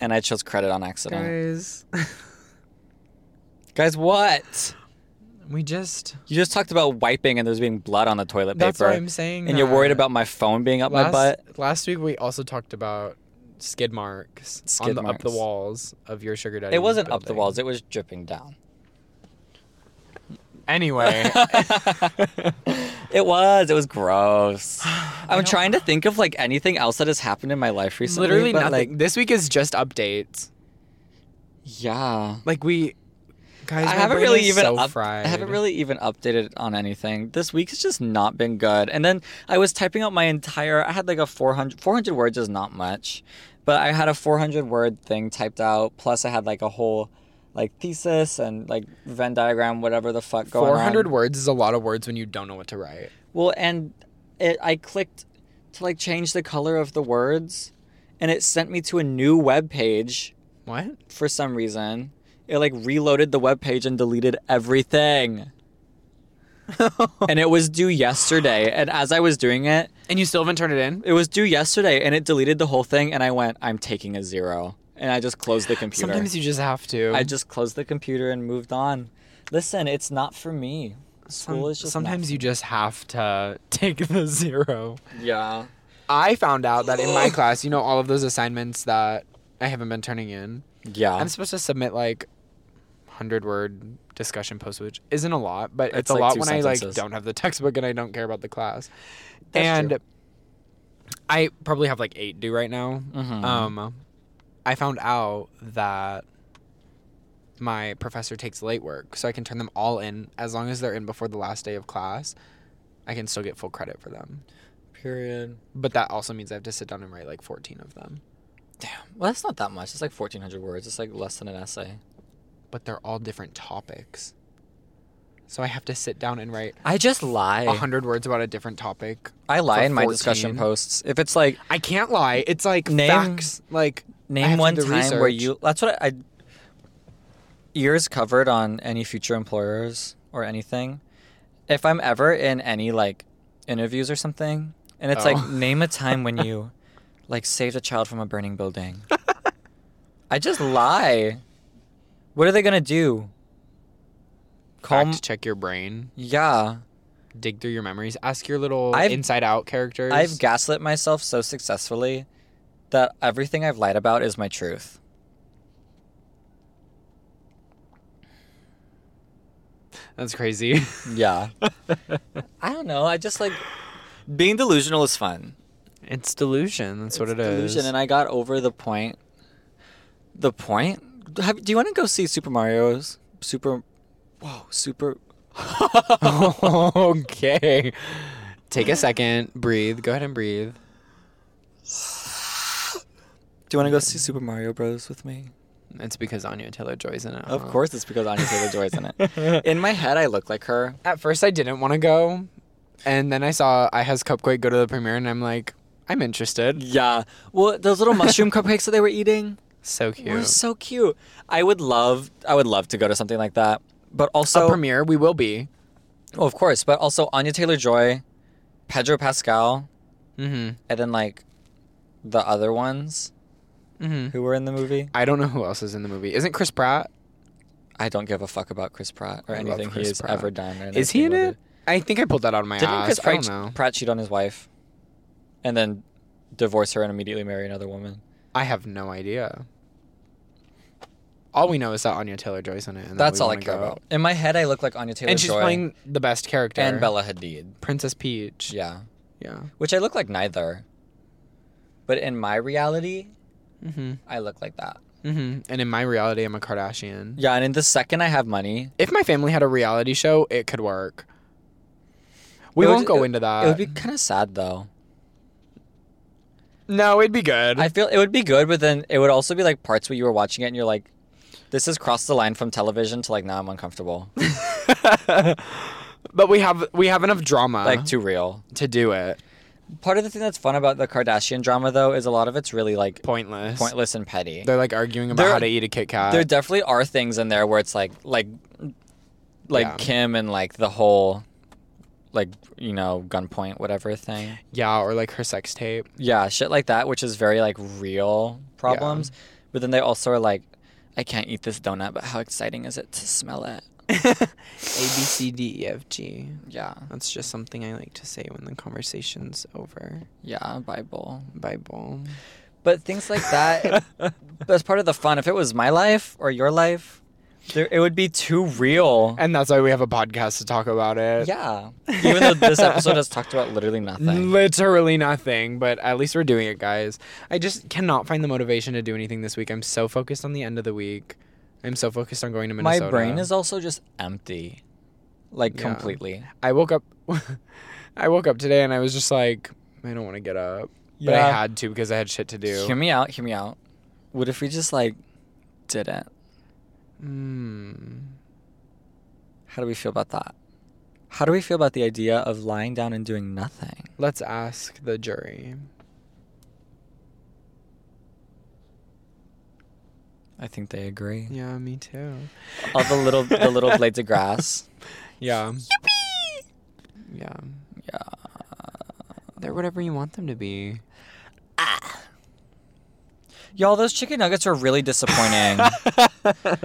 [SPEAKER 2] and I chose credit on accident.
[SPEAKER 1] Guys,
[SPEAKER 2] Guys, what?
[SPEAKER 1] we just.
[SPEAKER 2] You just talked about wiping and there's being blood on the toilet
[SPEAKER 1] That's
[SPEAKER 2] paper,
[SPEAKER 1] what I'm saying.
[SPEAKER 2] and you're worried
[SPEAKER 1] that.
[SPEAKER 2] about my phone being up
[SPEAKER 1] last,
[SPEAKER 2] my butt.
[SPEAKER 1] Last week we also talked about skid marks
[SPEAKER 2] Skid
[SPEAKER 1] on the, up the
[SPEAKER 2] marks.
[SPEAKER 1] walls of your sugar daddy.
[SPEAKER 2] It wasn't up the
[SPEAKER 1] building.
[SPEAKER 2] walls; it was dripping down.
[SPEAKER 1] Anyway,
[SPEAKER 2] It was. It was gross. I'm trying to think of like anything else that has happened in my life recently.
[SPEAKER 1] literally
[SPEAKER 2] but,
[SPEAKER 1] nothing.
[SPEAKER 2] Like,
[SPEAKER 1] this week is just updates.
[SPEAKER 2] yeah.
[SPEAKER 1] Like we, guys,
[SPEAKER 2] I
[SPEAKER 1] my
[SPEAKER 2] haven't
[SPEAKER 1] brain
[SPEAKER 2] really
[SPEAKER 1] is
[SPEAKER 2] even
[SPEAKER 1] so
[SPEAKER 2] up-
[SPEAKER 1] fried.
[SPEAKER 2] I haven't really even updated on anything. This week has just not been good. And then I was typing out my entire I had like a 400 400 words is not much, but I had a 400 word thing typed out plus I had like a whole like thesis and like Venn diagram whatever the fuck going
[SPEAKER 1] Four hundred
[SPEAKER 2] on.
[SPEAKER 1] words is a lot of words when you don't know what to write.
[SPEAKER 2] Well, and it I clicked to like change the color of the words and it sent me to a new web page
[SPEAKER 1] What?
[SPEAKER 2] for some reason. It like reloaded the web page and deleted everything. and it was due yesterday. And as I was doing it,
[SPEAKER 1] And you still haven't turned it in?
[SPEAKER 2] it was due yesterday and it deleted the whole thing. And I went, I'm taking a zero. and I just closed the computer.
[SPEAKER 1] Sometimes you just have to.
[SPEAKER 2] I just closed the computer and moved on. Listen, it's not for me.
[SPEAKER 1] Some-
[SPEAKER 2] School is just
[SPEAKER 1] sometimes you just have to take the zero.
[SPEAKER 2] yeah.
[SPEAKER 1] I found out that in my class, you know, all of those assignments that I haven't been turning in,
[SPEAKER 2] Yeah.
[SPEAKER 1] I'm supposed to submit like 100 word discussion post, which isn't a lot, but it's,
[SPEAKER 2] It's
[SPEAKER 1] a
[SPEAKER 2] like
[SPEAKER 1] lot
[SPEAKER 2] two
[SPEAKER 1] when I like
[SPEAKER 2] sentences.
[SPEAKER 1] don't have the textbook and I don't care about the class.
[SPEAKER 2] That's
[SPEAKER 1] and
[SPEAKER 2] true.
[SPEAKER 1] I probably have like eight due right now.
[SPEAKER 2] Mm-hmm.
[SPEAKER 1] Um, I found out that my professor takes late work, so I can turn them all in as long as they're in before the last day of class. I can still get full credit for them.
[SPEAKER 2] Period.
[SPEAKER 1] But that also means I have to sit down and write like 14 of them.
[SPEAKER 2] Well, that's not that much. It's like 1,400 words. It's like less than an essay.
[SPEAKER 1] But they're all different topics. So I have to sit down and write
[SPEAKER 2] I just lie.
[SPEAKER 1] a 100 words about a different topic.
[SPEAKER 2] I lie
[SPEAKER 1] for
[SPEAKER 2] in my discussion
[SPEAKER 1] 14.
[SPEAKER 2] posts. If it's like
[SPEAKER 1] I can't lie. It's like
[SPEAKER 2] Name-
[SPEAKER 1] facts. Like I have
[SPEAKER 2] name
[SPEAKER 1] to
[SPEAKER 2] one
[SPEAKER 1] do
[SPEAKER 2] time
[SPEAKER 1] research.
[SPEAKER 2] where you that's what I, I ears covered on any future employers or anything. If I'm ever in any like interviews or something and it's
[SPEAKER 1] Oh.
[SPEAKER 2] like name a time when you like saved a child from a burning building. I just lie. What are they going to do? Call
[SPEAKER 1] fact
[SPEAKER 2] m-
[SPEAKER 1] check your brain,
[SPEAKER 2] Yeah.
[SPEAKER 1] dig through your memories, ask your little
[SPEAKER 2] I've-
[SPEAKER 1] inside out characters.
[SPEAKER 2] I've gaslit myself so successfully that everything I've lied about is my truth.
[SPEAKER 1] That's crazy.
[SPEAKER 2] Yeah. I don't know. I just like being delusional is fun.
[SPEAKER 1] it's delusion. That's what it is.
[SPEAKER 2] Delusion, and I got over the point. The point? Have, do you want to go see Super Mario's Super? Whoa, Super!
[SPEAKER 1] okay. Take a second. Breathe. Go ahead and breathe.
[SPEAKER 2] Do you want to go see Super Mario Bros. with me? Uh-huh.
[SPEAKER 1] It's because Anya Taylor Joy's in it.
[SPEAKER 2] Of
[SPEAKER 1] huh?
[SPEAKER 2] course, it's because Anya Taylor Joy's in it. In my head, I look like her.
[SPEAKER 1] At first, I didn't want to go, and then I saw I has Cupquake go to the premiere, and I'm like, I'm interested.
[SPEAKER 2] Yeah. Well, those little mushroom cupcakes that they were eating.
[SPEAKER 1] So cute.
[SPEAKER 2] We're so cute. I would love I would love to go to something like that. But also
[SPEAKER 1] a premiere. We will be.
[SPEAKER 2] Oh, of course, but also Anya Taylor Joy, Pedro Pascal,
[SPEAKER 1] Mm-hmm.
[SPEAKER 2] and then like the other ones
[SPEAKER 1] Mm-hmm.
[SPEAKER 2] who were in the movie.
[SPEAKER 1] I don't know who else is in the movie. Isn't Chris Pratt?
[SPEAKER 2] I don't give a fuck about Chris Pratt or
[SPEAKER 1] I love
[SPEAKER 2] anything
[SPEAKER 1] Chris
[SPEAKER 2] he has
[SPEAKER 1] Pratt.
[SPEAKER 2] ever done. or
[SPEAKER 1] Is he in
[SPEAKER 2] anything
[SPEAKER 1] it?
[SPEAKER 2] with
[SPEAKER 1] I think I pulled that out of my
[SPEAKER 2] Didn't
[SPEAKER 1] ass.
[SPEAKER 2] Chris
[SPEAKER 1] I
[SPEAKER 2] Pratt,
[SPEAKER 1] don't know.
[SPEAKER 2] Pratt cheat on his wife and then divorce her and immediately marry another woman?
[SPEAKER 1] I have no idea. All we know is that Anya Taylor Joy's in it. And that
[SPEAKER 2] That's
[SPEAKER 1] we
[SPEAKER 2] all I
[SPEAKER 1] wanna
[SPEAKER 2] care
[SPEAKER 1] go.
[SPEAKER 2] about. In my head, I look like Anya Taylor
[SPEAKER 1] And she's
[SPEAKER 2] Joy
[SPEAKER 1] playing the best character.
[SPEAKER 2] and Bella Hadid.
[SPEAKER 1] Princess Peach.
[SPEAKER 2] Yeah.
[SPEAKER 1] Yeah.
[SPEAKER 2] Which I look like neither. But in my reality,
[SPEAKER 1] Mhm.
[SPEAKER 2] I look like that.
[SPEAKER 1] hmm And in my reality, I'm a Kardashian.
[SPEAKER 2] Yeah, and in the second I have money,
[SPEAKER 1] If my family had a reality show, it could work. We
[SPEAKER 2] It would-
[SPEAKER 1] won't go into that.
[SPEAKER 2] it would be kind of sad though.
[SPEAKER 1] no, it'd be good.
[SPEAKER 2] I feel it would be good, but then it would also be like parts where you were watching it and you're like, this has crossed the line from television to like now I'm uncomfortable,
[SPEAKER 1] Uh-huh. but we have we have enough drama
[SPEAKER 2] like too real.
[SPEAKER 1] to do it.
[SPEAKER 2] Part of the thing that's fun about the Kardashian drama though is a lot of it's really like
[SPEAKER 1] Pointless.
[SPEAKER 2] pointless and petty.
[SPEAKER 1] They're like arguing about
[SPEAKER 2] There-
[SPEAKER 1] how to eat a Kit Kat.
[SPEAKER 2] There definitely are things in there where it's like like like
[SPEAKER 1] Yeah.
[SPEAKER 2] Kim and like the whole like you know gunpoint whatever thing.
[SPEAKER 1] yeah, or like her sex tape.
[SPEAKER 2] yeah, shit like that, which is very like real problems. But then they also are like, I can't eat this donut, but how exciting is it to smell it?
[SPEAKER 1] A B C D E F G.
[SPEAKER 2] Yeah,
[SPEAKER 1] That's just something I like to say when the conversation's over.
[SPEAKER 2] yeah, Bible.
[SPEAKER 1] Bible.
[SPEAKER 2] But things like that, that's part of the fun. If it was my life or your life, there, it would be too real.
[SPEAKER 1] And that's why we have a podcast to talk about it.
[SPEAKER 2] Yeah. Even though this episode has talked about literally nothing.
[SPEAKER 1] Literally nothing, but at least we're doing it, guys. I just cannot find the motivation to do anything this week. I'm so focused on the end of the week. I'm so focused on going to
[SPEAKER 2] My
[SPEAKER 1] Minnesota.
[SPEAKER 2] brain is also just empty, like
[SPEAKER 1] Yeah.
[SPEAKER 2] completely.
[SPEAKER 1] I woke up. I woke up today and I was just like, I don't want to get up, but I
[SPEAKER 2] Yeah.
[SPEAKER 1] had to because I had shit to do.
[SPEAKER 2] Hear me out. Hear me out. What if we just like didn't?
[SPEAKER 1] Mm.
[SPEAKER 2] How do we feel about that? How do we feel about the idea of lying down and doing nothing?
[SPEAKER 1] Let's ask the jury.
[SPEAKER 2] I think they agree.
[SPEAKER 1] Yeah, me too.
[SPEAKER 2] All the little the little blades of grass.
[SPEAKER 1] Yeah. Yeah.
[SPEAKER 2] Yeah.
[SPEAKER 1] They're whatever you want them to be.
[SPEAKER 2] Y'all, those chicken nuggets are really disappointing.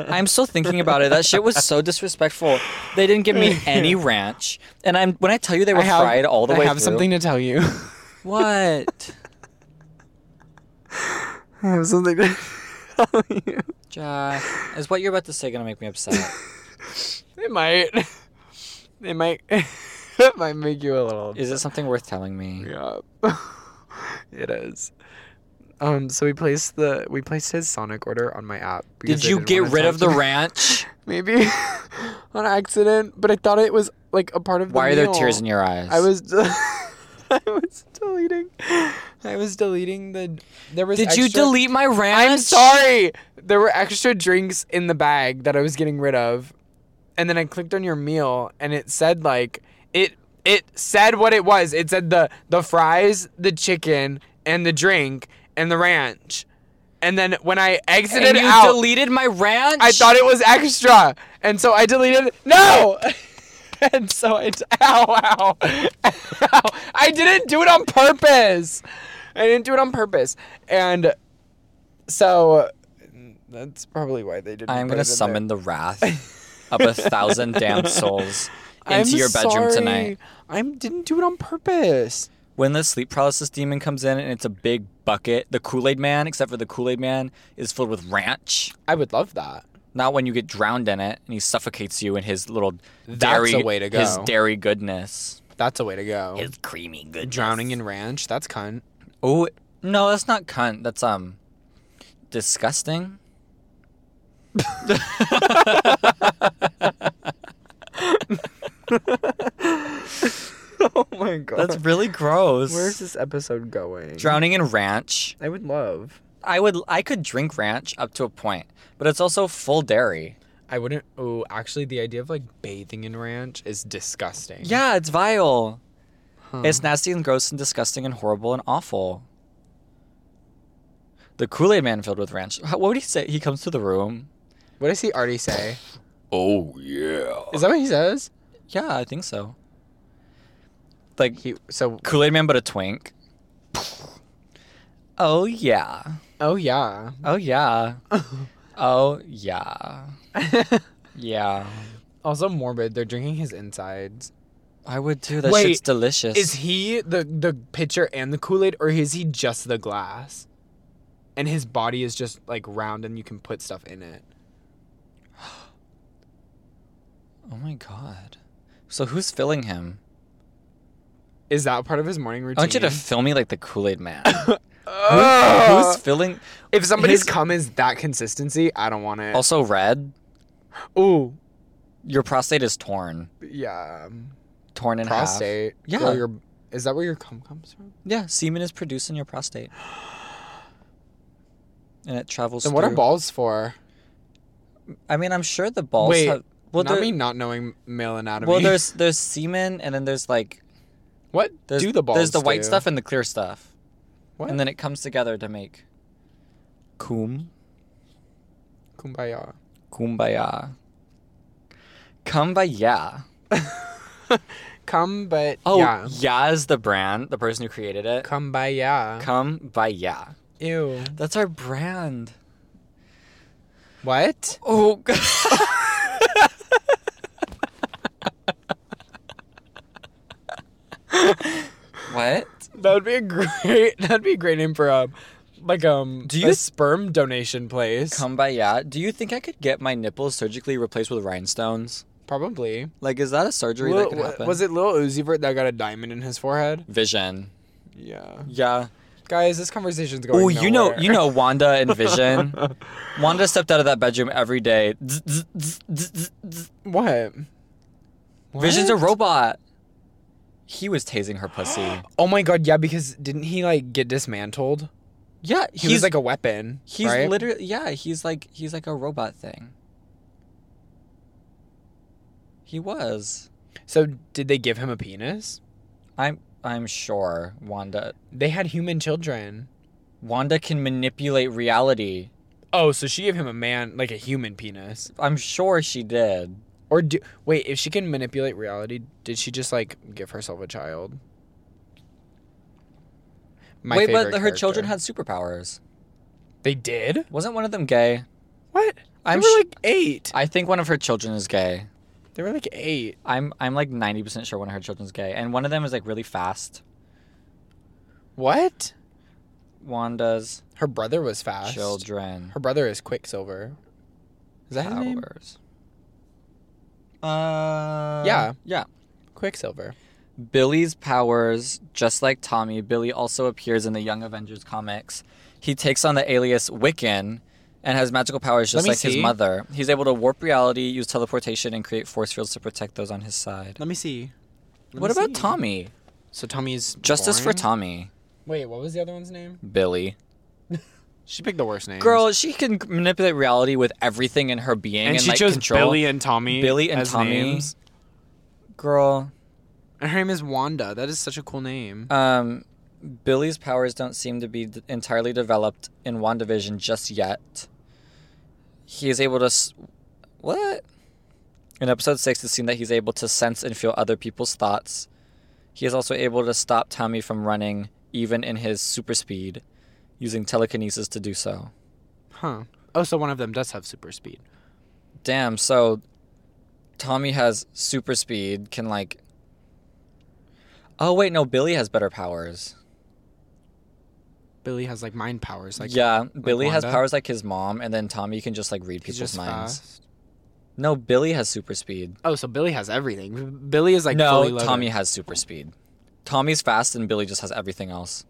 [SPEAKER 2] I'm still thinking about it. That shit was so disrespectful. They didn't give me any ranch, and I'm when I tell you they were fried all the
[SPEAKER 1] I
[SPEAKER 2] way
[SPEAKER 1] have
[SPEAKER 2] through-
[SPEAKER 1] something to tell you.
[SPEAKER 2] What,
[SPEAKER 1] I have something to tell you.
[SPEAKER 2] Josh? Is what you're about to say gonna make me upset?
[SPEAKER 1] It might. It might. it might make you a little.
[SPEAKER 2] Is it something worth telling me?
[SPEAKER 1] Yeah. it is. Um. So we placed the we placed his Sonic order on my app. because
[SPEAKER 2] Did
[SPEAKER 1] I
[SPEAKER 2] you
[SPEAKER 1] didn't
[SPEAKER 2] get
[SPEAKER 1] wanna
[SPEAKER 2] rid
[SPEAKER 1] talk
[SPEAKER 2] of
[SPEAKER 1] to
[SPEAKER 2] the
[SPEAKER 1] him.
[SPEAKER 2] ranch?
[SPEAKER 1] Maybe on accident, but I thought it was like a part of. The
[SPEAKER 2] Why are there
[SPEAKER 1] meal.
[SPEAKER 2] tears in your eyes?
[SPEAKER 1] I was. I was deleting. I was deleting the. There was.
[SPEAKER 2] Did you
[SPEAKER 1] extra-
[SPEAKER 2] delete my ranch?
[SPEAKER 1] I'm sorry. There were extra drinks in the bag that I was getting rid of, and then I clicked on your meal, and it said like it. It said what it was. It said the the fries, the chicken, and the drink, and the ranch. And then when I exited
[SPEAKER 2] And you
[SPEAKER 1] out,
[SPEAKER 2] deleted my ranch?
[SPEAKER 1] I thought it was extra, and so I deleted. No. And so I, d- ow, ow, ow. I didn't do it on purpose. I didn't do it on purpose. And so that's probably why they didn't.
[SPEAKER 2] I'm
[SPEAKER 1] put
[SPEAKER 2] gonna
[SPEAKER 1] it in
[SPEAKER 2] summon the wrath of a thousand damn souls
[SPEAKER 1] there.
[SPEAKER 2] into
[SPEAKER 1] I'm
[SPEAKER 2] your bedroom
[SPEAKER 1] sorry.
[SPEAKER 2] tonight.
[SPEAKER 1] I didn't do it on purpose.
[SPEAKER 2] When the sleep paralysis demon comes in and it's a big bucket, the Kool Aid Man, except for the Kool Aid Man, is filled with ranch.
[SPEAKER 1] I would love that.
[SPEAKER 2] Not when you get drowned in it and he suffocates you in his little
[SPEAKER 1] That's
[SPEAKER 2] dairy,
[SPEAKER 1] a way to
[SPEAKER 2] his
[SPEAKER 1] go.
[SPEAKER 2] dairy goodness,
[SPEAKER 1] That's a way to go.
[SPEAKER 2] his creamy goodness.
[SPEAKER 1] Drowning in ranch. That's cunt.
[SPEAKER 2] Oh no, that's not cunt. That's um, disgusting.
[SPEAKER 1] Oh my god.
[SPEAKER 2] That's really gross.
[SPEAKER 1] Where's this episode going?
[SPEAKER 2] Drowning in ranch.
[SPEAKER 1] I would love.
[SPEAKER 2] I would I could drink ranch up to a point, but it's also full dairy.
[SPEAKER 1] I wouldn't. Oh, actually, the idea of like bathing in ranch is disgusting.
[SPEAKER 2] Yeah, it's vile. It's nasty and gross and disgusting and horrible and awful. The Kool Aid Man filled with ranch. How- What would he say? He comes to the room.
[SPEAKER 1] What does he already say?
[SPEAKER 2] Oh yeah.
[SPEAKER 1] Is that what he says?
[SPEAKER 2] Yeah, I think so. Like
[SPEAKER 1] He so.
[SPEAKER 2] Kool Aid Man, but a twink. Oh yeah.
[SPEAKER 1] Oh yeah.
[SPEAKER 2] Oh yeah. oh yeah. Yeah.
[SPEAKER 1] also morbid. They're drinking his insides.
[SPEAKER 2] I would too. That
[SPEAKER 1] Wait,
[SPEAKER 2] shit's delicious.
[SPEAKER 1] Is he the the pitcher and the Kool Aid, or is he just the glass? And his body is just like round, and you can put stuff in it.
[SPEAKER 2] Oh my god. So who's filling him?
[SPEAKER 1] Is that part of his morning routine?
[SPEAKER 2] I want you to fill me like the Kool Aid Man.
[SPEAKER 1] Ugh.
[SPEAKER 2] who's filling?
[SPEAKER 1] if somebody's
[SPEAKER 2] his-
[SPEAKER 1] cum is that consistency, I don't want it.
[SPEAKER 2] Also, red.
[SPEAKER 1] Ooh,
[SPEAKER 2] Your prostate is torn,
[SPEAKER 1] yeah.
[SPEAKER 2] torn in half.
[SPEAKER 1] Prostate.
[SPEAKER 2] Yeah.
[SPEAKER 1] Where your- is that where your cum comes from?
[SPEAKER 2] Yeah, semen is produced in your prostate, and it travels.
[SPEAKER 1] Then what are
[SPEAKER 2] through-
[SPEAKER 1] balls for?
[SPEAKER 2] I mean, I'm sure the balls.
[SPEAKER 1] Wait,
[SPEAKER 2] have, well,
[SPEAKER 1] not
[SPEAKER 2] there-
[SPEAKER 1] me not knowing male anatomy.
[SPEAKER 2] well, there's there's semen, and then there's like
[SPEAKER 1] what
[SPEAKER 2] there's
[SPEAKER 1] do the balls?
[SPEAKER 2] there's the white
[SPEAKER 1] do?
[SPEAKER 2] stuff and the clear stuff,
[SPEAKER 1] What?
[SPEAKER 2] and then it comes together to make cum.
[SPEAKER 1] Kumbaya.
[SPEAKER 2] Kumbaya. Kumbaya.
[SPEAKER 1] Come, but
[SPEAKER 2] Oh,
[SPEAKER 1] yeah.
[SPEAKER 2] yeah. is the brand, the person who created it.
[SPEAKER 1] Kumbaya.
[SPEAKER 2] Come by Ya.
[SPEAKER 1] Ew.
[SPEAKER 2] That's our brand.
[SPEAKER 1] What?
[SPEAKER 2] Oh, God. what?
[SPEAKER 1] That would be a great. That'd be a great name for um, like um,
[SPEAKER 2] Do
[SPEAKER 1] a
[SPEAKER 2] you-
[SPEAKER 1] sperm donation place?
[SPEAKER 2] Come by Ya. Do you think I could get my nipples surgically replaced with rhinestones?
[SPEAKER 1] Probably.
[SPEAKER 2] Like, is that a surgery
[SPEAKER 1] Lil-
[SPEAKER 2] that could happen?
[SPEAKER 1] was it Lil Uzi Vert that got a diamond in his forehead?
[SPEAKER 2] Vision?
[SPEAKER 1] Yeah.
[SPEAKER 2] Yeah.
[SPEAKER 1] Guys, this conversation's going.
[SPEAKER 2] Oh, you know,
[SPEAKER 1] nowhere.
[SPEAKER 2] you know, Wanda and Vision. Wanda stepped out of that bedroom every day. Zzz, zzz, zzz, zzz, zzz, zzz.
[SPEAKER 1] what?
[SPEAKER 2] Vision's a
[SPEAKER 1] What?
[SPEAKER 2] robot. He was tasing her pussy.
[SPEAKER 1] Oh my god, yeah, because didn't he like get dismantled?
[SPEAKER 2] yeah,
[SPEAKER 1] He was like a weapon.
[SPEAKER 2] he's
[SPEAKER 1] right?
[SPEAKER 2] literally yeah, he's like he's like a robot thing. He was.
[SPEAKER 1] So did they give him a penis?
[SPEAKER 2] I'm I'm sure Wanda
[SPEAKER 1] They had human children.
[SPEAKER 2] Wanda can manipulate reality.
[SPEAKER 1] Oh, so she gave him a man like a human penis.
[SPEAKER 2] I'm sure she did.
[SPEAKER 1] Or do wait, if she can manipulate reality, did she just like give herself a child? My
[SPEAKER 2] Wait, but
[SPEAKER 1] favorite
[SPEAKER 2] her children
[SPEAKER 1] character.
[SPEAKER 2] had superpowers.
[SPEAKER 1] They did?
[SPEAKER 2] Wasn't one of them gay?
[SPEAKER 1] What?
[SPEAKER 2] I'm
[SPEAKER 1] they were
[SPEAKER 2] sh-
[SPEAKER 1] like eight.
[SPEAKER 2] I think one of her children is gay.
[SPEAKER 1] They were like eight.
[SPEAKER 2] I'm I'm like 90% sure one of her children's gay, and one of them is like really fast.
[SPEAKER 1] What?
[SPEAKER 2] Wanda's
[SPEAKER 1] Her brother was fast.
[SPEAKER 2] children.
[SPEAKER 1] Her brother is Quicksilver. Is that his name?
[SPEAKER 2] powers. Uh,
[SPEAKER 1] Yeah.
[SPEAKER 2] yeah.
[SPEAKER 1] Quicksilver.
[SPEAKER 2] Billy's powers, just like Tommy, Billy also appears in the Young Avengers comics. He takes on the alias Wiccan and has magical powers
[SPEAKER 1] Let
[SPEAKER 2] just
[SPEAKER 1] me
[SPEAKER 2] like his
[SPEAKER 1] see.
[SPEAKER 2] mother. He's able to warp reality, use teleportation, and create force fields to protect those on his side.
[SPEAKER 1] Let me see. Let
[SPEAKER 2] what
[SPEAKER 1] me
[SPEAKER 2] about
[SPEAKER 1] see.
[SPEAKER 2] Tommy?
[SPEAKER 1] So Tommy's
[SPEAKER 2] Justice for
[SPEAKER 1] boring?
[SPEAKER 2] Tommy.
[SPEAKER 1] Wait, what was the other one's name?
[SPEAKER 2] Billy.
[SPEAKER 1] She picked the worst name.
[SPEAKER 2] Girl, she can manipulate reality with everything in her being and,
[SPEAKER 1] and, she
[SPEAKER 2] like
[SPEAKER 1] chose
[SPEAKER 2] control.
[SPEAKER 1] Billy and Tommy.
[SPEAKER 2] Billy and
[SPEAKER 1] as
[SPEAKER 2] Tommy.
[SPEAKER 1] names.
[SPEAKER 2] Girl,
[SPEAKER 1] And her name is Wanda. That is such a cool name.
[SPEAKER 2] um, Billy's powers don't seem to be d- entirely developed in WandaVision just yet. He is able to. S- what? In episode 6, it's seen that he's able to sense and feel other people's thoughts. He is also able to stop Tommy from running, even in his super speed, using telekinesis to do so.
[SPEAKER 1] Huh. Oh, so one of them does have super speed.
[SPEAKER 2] Damn, so Tommy has super speed, can like. Oh, wait, no, Billy has better powers.
[SPEAKER 1] Billy has like mind powers. Like
[SPEAKER 2] yeah, Billy has
[SPEAKER 1] Wanda?
[SPEAKER 2] powers like his mom, and then Tommy can just like read
[SPEAKER 1] he's
[SPEAKER 2] people's
[SPEAKER 1] just
[SPEAKER 2] minds.
[SPEAKER 1] fast.
[SPEAKER 2] No, Billy has super speed.
[SPEAKER 1] Oh, so Billy has everything. Billy is like fully
[SPEAKER 2] no,
[SPEAKER 1] loaded.
[SPEAKER 2] Tommy has super speed. Tommy's fast, and Billy just has everything else.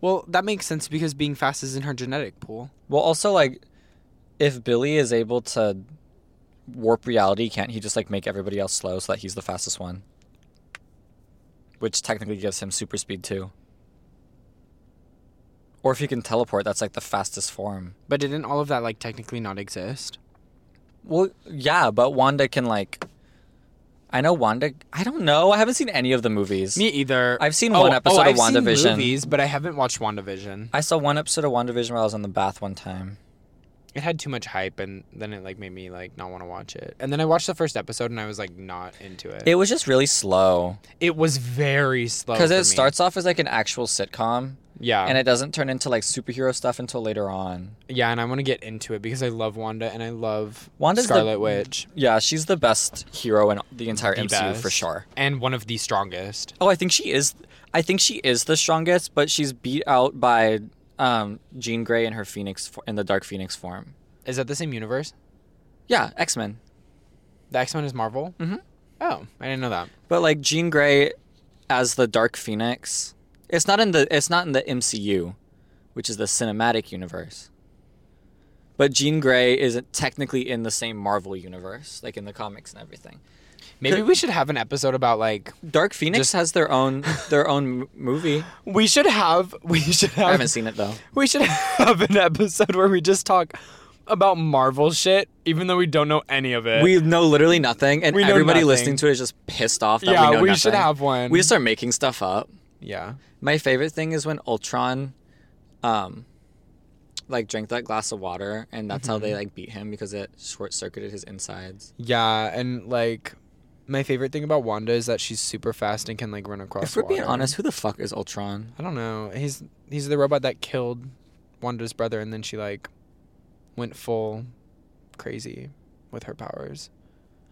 [SPEAKER 1] Well, that makes sense because being fast is in her genetic pool.
[SPEAKER 2] Well, also like, if Billy is able to warp reality, can't he just like make everybody else slow so that he's the fastest one? Which technically gives him super speed too. Or if he can teleport, that's like the fastest form.
[SPEAKER 1] But didn't all of that like technically not exist?
[SPEAKER 2] Well, yeah, but Wanda can like. I know Wanda. I don't know. I haven't seen any of the movies.
[SPEAKER 1] Me either.
[SPEAKER 2] Oh, I've seen
[SPEAKER 1] one
[SPEAKER 2] one episode of
[SPEAKER 1] I've seen
[SPEAKER 2] WandaVision.
[SPEAKER 1] movies, but I haven't watched WandaVision.
[SPEAKER 2] I saw one episode of WandaVision while I was in the bath one time.
[SPEAKER 1] It had too much hype, and then it like made me like not want to watch it. And then I watched the first episode, and I was like not into it.
[SPEAKER 2] It was just really slow
[SPEAKER 1] It was very slow
[SPEAKER 2] because
[SPEAKER 1] Oh, for me.
[SPEAKER 2] it starts off as like an actual sitcom,
[SPEAKER 1] Yeah,
[SPEAKER 2] and it doesn't turn into like superhero stuff until later on.
[SPEAKER 1] yeah, and I want to get into it because I love Wanda and I love
[SPEAKER 2] Wanda's the-
[SPEAKER 1] Scarlet Witch.
[SPEAKER 2] Yeah, she's the best hero in the entire
[SPEAKER 1] The
[SPEAKER 2] MCU for
[SPEAKER 1] best.
[SPEAKER 2] sure.
[SPEAKER 1] and one of the strongest.
[SPEAKER 2] Oh, I think she is. I think she is the strongest, but she's beat out by um, Jean Grey in her Phoenix fo- in the Dark Phoenix form.
[SPEAKER 1] Is that the same universe?
[SPEAKER 2] Yeah, X Men.
[SPEAKER 1] The X Men is Marvel. Mm-hmm. Oh, I didn't know that.
[SPEAKER 2] But like Jean Grey as the Dark Phoenix, it's not in the it's not in the MCU, which is the cinematic universe. But Jean Grey is technically in the same Marvel universe, like in the comics and everything.
[SPEAKER 1] Maybe we should have an episode about like
[SPEAKER 2] Dark Phoenix has their own their own m- movie.
[SPEAKER 1] we should have we should
[SPEAKER 2] I
[SPEAKER 1] have
[SPEAKER 2] haven't seen it though.
[SPEAKER 1] we should have an episode where we just talk about Marvel shit, even though we don't know any of it.
[SPEAKER 2] We know literally nothing, and
[SPEAKER 1] We know
[SPEAKER 2] everybody
[SPEAKER 1] nothing.
[SPEAKER 2] listening to it is just pissed off that
[SPEAKER 1] Yeah,
[SPEAKER 2] we know
[SPEAKER 1] we should
[SPEAKER 2] nothing.
[SPEAKER 1] have one.
[SPEAKER 2] We just start making stuff up.
[SPEAKER 1] yeah.
[SPEAKER 2] My favorite thing is when Ultron, um, like drank that glass of water, and that's how they like beat him because it short circuited his insides.
[SPEAKER 1] Yeah, and like my favorite thing about Wanda is that she's super fast and can like run across.
[SPEAKER 2] If we're being
[SPEAKER 1] water.
[SPEAKER 2] honest, who the fuck is Ultron?
[SPEAKER 1] I don't know. He's he's the robot that killed Wanda's brother, and then she like went full crazy with her powers,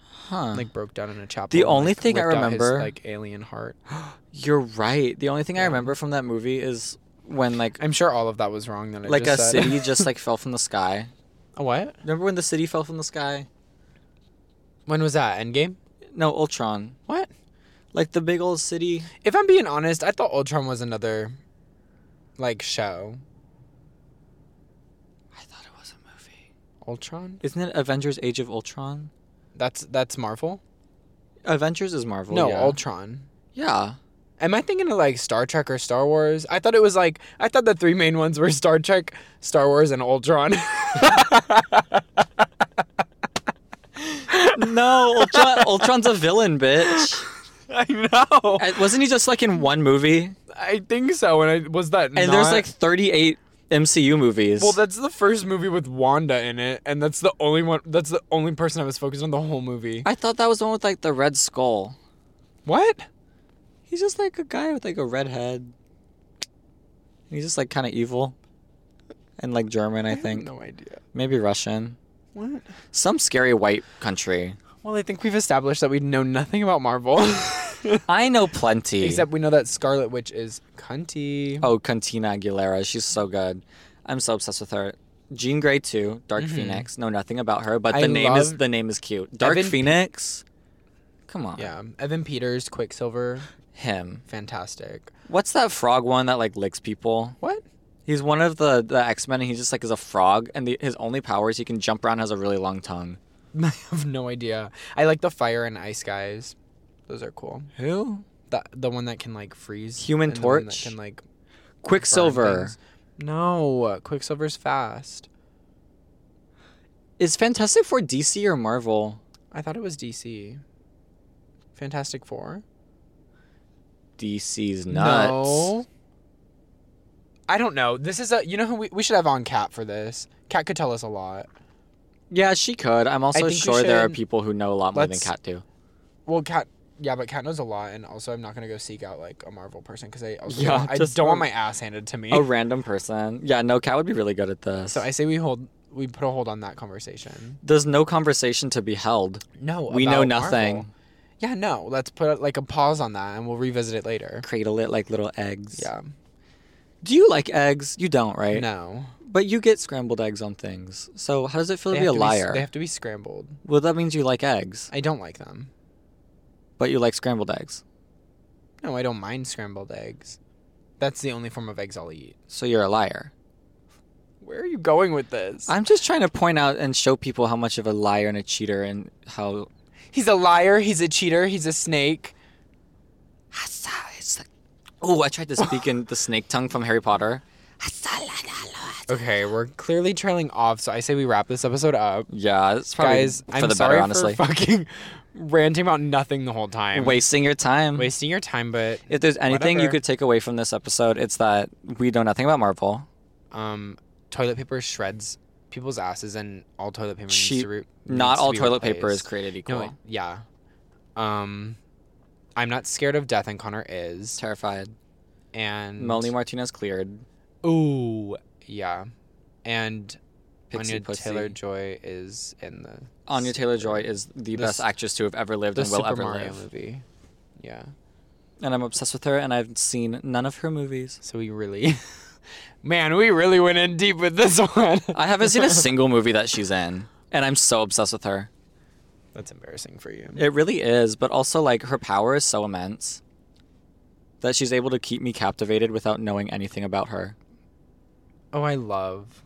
[SPEAKER 2] Huh?
[SPEAKER 1] like broke down in a chapel.
[SPEAKER 2] The
[SPEAKER 1] and,
[SPEAKER 2] only
[SPEAKER 1] like,
[SPEAKER 2] thing I
[SPEAKER 1] ripped out his,
[SPEAKER 2] remember-
[SPEAKER 1] like alien heart.
[SPEAKER 2] You're right. The only thing I remember from that movie is when like
[SPEAKER 1] I'm sure all of that was wrong. That I
[SPEAKER 2] like a
[SPEAKER 1] just said.
[SPEAKER 2] city just like fell from the sky.
[SPEAKER 1] a what?
[SPEAKER 2] Remember when the city fell from the sky?
[SPEAKER 1] When was that? Endgame.
[SPEAKER 2] No, Ultron.
[SPEAKER 1] What?
[SPEAKER 2] Like the big old city.
[SPEAKER 1] If I'm being honest, I thought Ultron was another like show.
[SPEAKER 2] I thought it was a movie.
[SPEAKER 1] Ultron.
[SPEAKER 2] Isn't it Avengers: Age of Ultron?
[SPEAKER 1] That's that's Marvel.
[SPEAKER 2] Avengers is Marvel.
[SPEAKER 1] no,
[SPEAKER 2] yeah.
[SPEAKER 1] Ultron.
[SPEAKER 2] Yeah.
[SPEAKER 1] Am I thinking of like Star Trek or Star Wars? I thought it was like I thought the three main ones were Star Trek, Star Wars, and Ultron.
[SPEAKER 2] No, Ultron, Ultron's a villain, bitch.
[SPEAKER 1] I know.
[SPEAKER 2] Uh, Wasn't he just like in one movie?
[SPEAKER 1] I think so. And I was that.
[SPEAKER 2] And
[SPEAKER 1] not-
[SPEAKER 2] there's like 38 MCU movies.
[SPEAKER 1] Well, that's the first movie with Wanda in it, and that's the only one. That's the only person I was focused on the whole movie.
[SPEAKER 2] I thought that was the one with like the red skull.
[SPEAKER 1] What?
[SPEAKER 2] He's just like a guy with like a red head. He's just like kind of evil. and like German, I,
[SPEAKER 1] I have
[SPEAKER 2] think.
[SPEAKER 1] no idea.
[SPEAKER 2] Maybe Russian.
[SPEAKER 1] What?
[SPEAKER 2] Some scary white country.
[SPEAKER 1] Well, I think we've established that we know nothing about Marvel,
[SPEAKER 2] I know plenty.
[SPEAKER 1] except we know that Scarlet Witch is cunty.
[SPEAKER 2] oh, Cantina Aguilera. She's so good. I'm so obsessed with her. Jean Grey too. Dark Phoenix. Know nothing about her, but the
[SPEAKER 1] Mm-hmm. I
[SPEAKER 2] name is
[SPEAKER 1] love-
[SPEAKER 2] the name is cute. Dark
[SPEAKER 1] Evan Pe-
[SPEAKER 2] Phoenix. Come on.
[SPEAKER 1] Yeah, Evan Peters, Quicksilver,
[SPEAKER 2] Him.
[SPEAKER 1] fantastic.
[SPEAKER 2] What's that frog one that like licks people?
[SPEAKER 1] What?
[SPEAKER 2] He's one of the the X Men, and he just like is a frog, and the, his only power is he can jump around, and has a really long tongue.
[SPEAKER 1] I have no idea. I like the fire and ice guys. Those are cool.
[SPEAKER 2] Who?
[SPEAKER 1] The the one that can like freeze.
[SPEAKER 2] Human
[SPEAKER 1] and the one
[SPEAKER 2] Torch?
[SPEAKER 1] that can like burn
[SPEAKER 2] Quicksilver.
[SPEAKER 1] things. No, Quicksilver's fast.
[SPEAKER 2] Is Fantastic Four DC or Marvel?
[SPEAKER 1] I thought it was DC. Fantastic Four.
[SPEAKER 2] DC's nuts.
[SPEAKER 1] No. I don't know. This is a you know who we, we should have on Cat for this. Cat could tell us a lot.
[SPEAKER 2] Yeah, she could. I'm
[SPEAKER 1] think
[SPEAKER 2] also
[SPEAKER 1] we
[SPEAKER 2] sure there are
[SPEAKER 1] should-
[SPEAKER 2] people who know a lot more than
[SPEAKER 1] Let's-
[SPEAKER 2] Kat do.
[SPEAKER 1] Well, Cat. Yeah, but Cat knows a lot, and also I'm not gonna go seek out like a Marvel person because I also
[SPEAKER 2] Yeah,
[SPEAKER 1] don't- I
[SPEAKER 2] just
[SPEAKER 1] don't want
[SPEAKER 2] a-
[SPEAKER 1] my ass handed to me.
[SPEAKER 2] A random person. Yeah, no, Kat would be really good at this.
[SPEAKER 1] So I say we hold we put a hold on that conversation.
[SPEAKER 2] There's no conversation to be held.
[SPEAKER 1] No,
[SPEAKER 2] we know
[SPEAKER 1] about
[SPEAKER 2] nothing.
[SPEAKER 1] Marvel. Yeah, no. Let's put like a pause on that, and we'll revisit it later.
[SPEAKER 2] Cradle it like little eggs.
[SPEAKER 1] Yeah.
[SPEAKER 2] Do you like eggs? You don't, right?
[SPEAKER 1] No.
[SPEAKER 2] But you get scrambled eggs on things. So how does it feel to be a
[SPEAKER 1] have s-
[SPEAKER 2] liar?
[SPEAKER 1] they have to be scrambled.
[SPEAKER 2] Well, that means you like eggs,
[SPEAKER 1] I don't like them.
[SPEAKER 2] but you like scrambled eggs.
[SPEAKER 1] No, I don't mind scrambled eggs. That's the only form of eggs I'll eat.
[SPEAKER 2] So you're a liar.
[SPEAKER 1] Where are you going with this?
[SPEAKER 2] I'm just trying to point out and show people how much of a liar and a cheater and how.
[SPEAKER 1] he's a liar. He's a cheater. He's a snake.
[SPEAKER 2] It's like, oh, I tried to speak in the snake tongue from Harry Potter.
[SPEAKER 1] Okay, we're clearly trailing off, so I say we wrap this episode up.
[SPEAKER 2] Yeah, it's probably
[SPEAKER 1] Guys,
[SPEAKER 2] for
[SPEAKER 1] I'm
[SPEAKER 2] the
[SPEAKER 1] sorry
[SPEAKER 2] better, honestly.
[SPEAKER 1] for fucking ranting about nothing the whole time.
[SPEAKER 2] Wasting your time.
[SPEAKER 1] wasting your time, but
[SPEAKER 2] If there's anything you
[SPEAKER 1] Whatever.
[SPEAKER 2] could take away from this episode, it's that we know nothing about Marvel.
[SPEAKER 1] um, toilet paper shreds people's asses, and all toilet paper needs
[SPEAKER 2] Cheap.
[SPEAKER 1] to re- needs
[SPEAKER 2] Not
[SPEAKER 1] to
[SPEAKER 2] all
[SPEAKER 1] be
[SPEAKER 2] toilet paper is
[SPEAKER 1] replaced.
[SPEAKER 2] created equal.
[SPEAKER 1] No, it- yeah. Um, I'm not scared of death, and Connor is,
[SPEAKER 2] Terrified.
[SPEAKER 1] and
[SPEAKER 2] Melanie Martinez cleared.
[SPEAKER 1] Ooh, yeah, and
[SPEAKER 2] Pixie
[SPEAKER 1] Anya
[SPEAKER 2] Pussy.
[SPEAKER 1] Taylor Joy is in the
[SPEAKER 2] Anya Taylor Joy is the
[SPEAKER 1] The
[SPEAKER 2] best
[SPEAKER 1] s-
[SPEAKER 2] actress to have ever lived
[SPEAKER 1] the
[SPEAKER 2] and will
[SPEAKER 1] Super
[SPEAKER 2] ever
[SPEAKER 1] Mario
[SPEAKER 2] live.
[SPEAKER 1] movie. Yeah,
[SPEAKER 2] And I'm obsessed with her, and I've seen none of her movies.
[SPEAKER 1] so we really, man, we really went in deep with this one.
[SPEAKER 2] I haven't seen a single movie that she's in, and I'm so obsessed with her.
[SPEAKER 1] That's embarrassing for you.
[SPEAKER 2] It really is, but also like her power is so immense that she's able to keep me captivated without knowing anything about her.
[SPEAKER 1] Oh, I love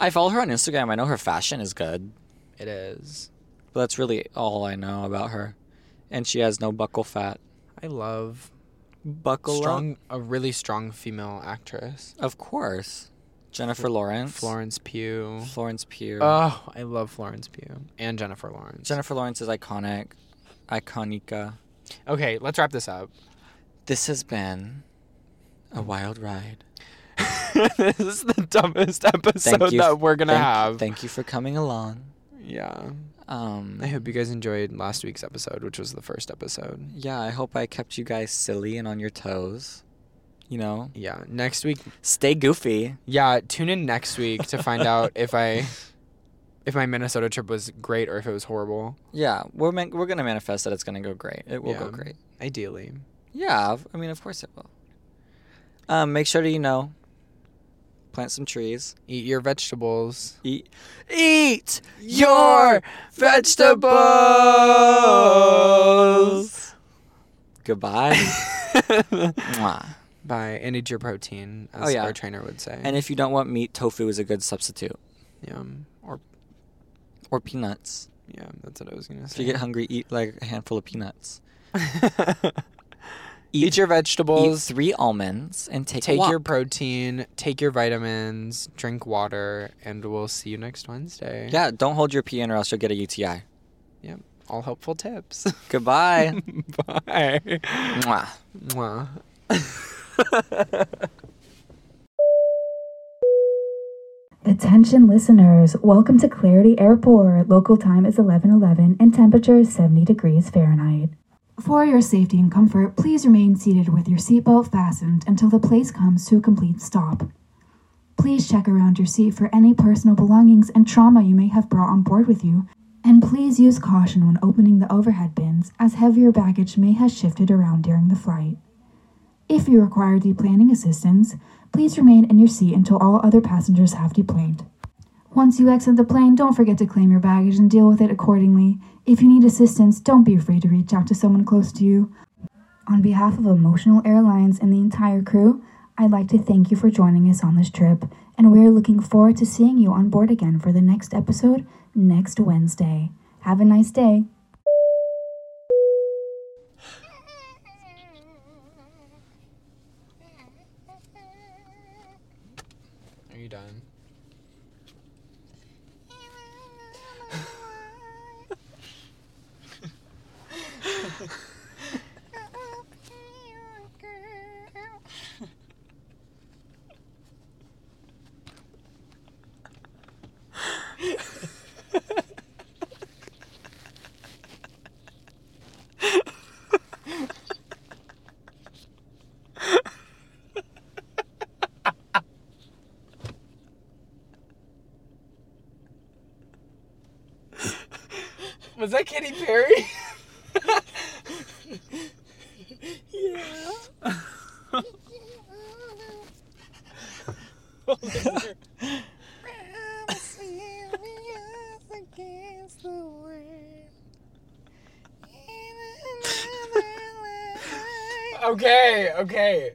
[SPEAKER 2] I follow her on Instagram. I know her fashion is good,
[SPEAKER 1] it is.
[SPEAKER 2] but that's really all I know about her. And she has no buckle fat.
[SPEAKER 1] I love
[SPEAKER 2] Buckle
[SPEAKER 1] strong, a really strong female actress,
[SPEAKER 2] Of course. Jennifer Lawrence.
[SPEAKER 1] Florence Pugh.
[SPEAKER 2] Florence Pugh.
[SPEAKER 1] Oh, I love Florence Pugh and Jennifer Lawrence.
[SPEAKER 2] Jennifer Lawrence is iconic. Iconica.
[SPEAKER 1] okay, let's wrap this up.
[SPEAKER 2] This has been a wild ride.
[SPEAKER 1] this is the dumbest episode
[SPEAKER 2] Thank you.
[SPEAKER 1] that we're gonna
[SPEAKER 2] thank,
[SPEAKER 1] have.
[SPEAKER 2] Thank you for coming along.
[SPEAKER 1] yeah.
[SPEAKER 2] Um,
[SPEAKER 1] I hope you guys enjoyed last week's episode, which was the first episode.
[SPEAKER 2] yeah, I hope I kept you guys silly and on your toes. You know,
[SPEAKER 1] Yeah. Next week
[SPEAKER 2] stay goofy.
[SPEAKER 1] yeah, tune in next week to find out if I if my Minnesota trip was great or if it was horrible.
[SPEAKER 2] Yeah, we're man- we're gonna manifest that it's gonna go great. It will go
[SPEAKER 1] Yeah.
[SPEAKER 2] great.
[SPEAKER 1] Ideally.
[SPEAKER 2] Yeah, of- I mean, of course it will. Um, make sure to you know, plant some trees.
[SPEAKER 1] Eat your vegetables.
[SPEAKER 2] Eat, eat
[SPEAKER 1] your vegetables.
[SPEAKER 2] Goodbye. Mwah.
[SPEAKER 1] By and eat your protein, as
[SPEAKER 2] Oh, yeah.
[SPEAKER 1] our trainer would say.
[SPEAKER 2] And if you don't want meat, tofu is a good substitute,
[SPEAKER 1] yeah. Or
[SPEAKER 2] or peanuts.
[SPEAKER 1] yeah, that's what I was gonna
[SPEAKER 2] If
[SPEAKER 1] say.
[SPEAKER 2] you get hungry, eat like a handful of peanuts.
[SPEAKER 1] eat, your
[SPEAKER 2] Eat
[SPEAKER 1] vegetables.
[SPEAKER 2] three almonds and take, a
[SPEAKER 1] Take
[SPEAKER 2] walk.
[SPEAKER 1] your protein, take your vitamins, drink water, and we'll see you next Wednesday.
[SPEAKER 2] yeah. Don't hold your pee in, or else you'll get a UTI.
[SPEAKER 1] Yep. All helpful tips.
[SPEAKER 2] Goodbye.
[SPEAKER 1] Bye.
[SPEAKER 2] Mwah.
[SPEAKER 1] Mwah.
[SPEAKER 3] Attention listeners, welcome to Clarity Airport. Local time is 11:11 and temperature is 70 degrees Fahrenheit. For your safety and comfort, please remain seated with your seatbelt fastened until the place comes to a complete stop. Please check around your seat for any personal belongings and trauma you may have brought on board with you. And please use caution when opening the overhead bins, as heavier baggage may have shifted around during the flight. If you require deplaning assistance, please remain in your seat until all other passengers have deplaned. Once you exit the plane, don't forget to claim your baggage and deal with it accordingly. If you need assistance, don't be afraid to reach out to someone close to you. On behalf of Emotional Airlines and the entire crew, I'd like to thank you for joining us on this trip, and we're looking forward to seeing you on board again for the next episode next Wednesday. Have a nice day.
[SPEAKER 1] Are you done? Was that Katy Perry? Okay, okay.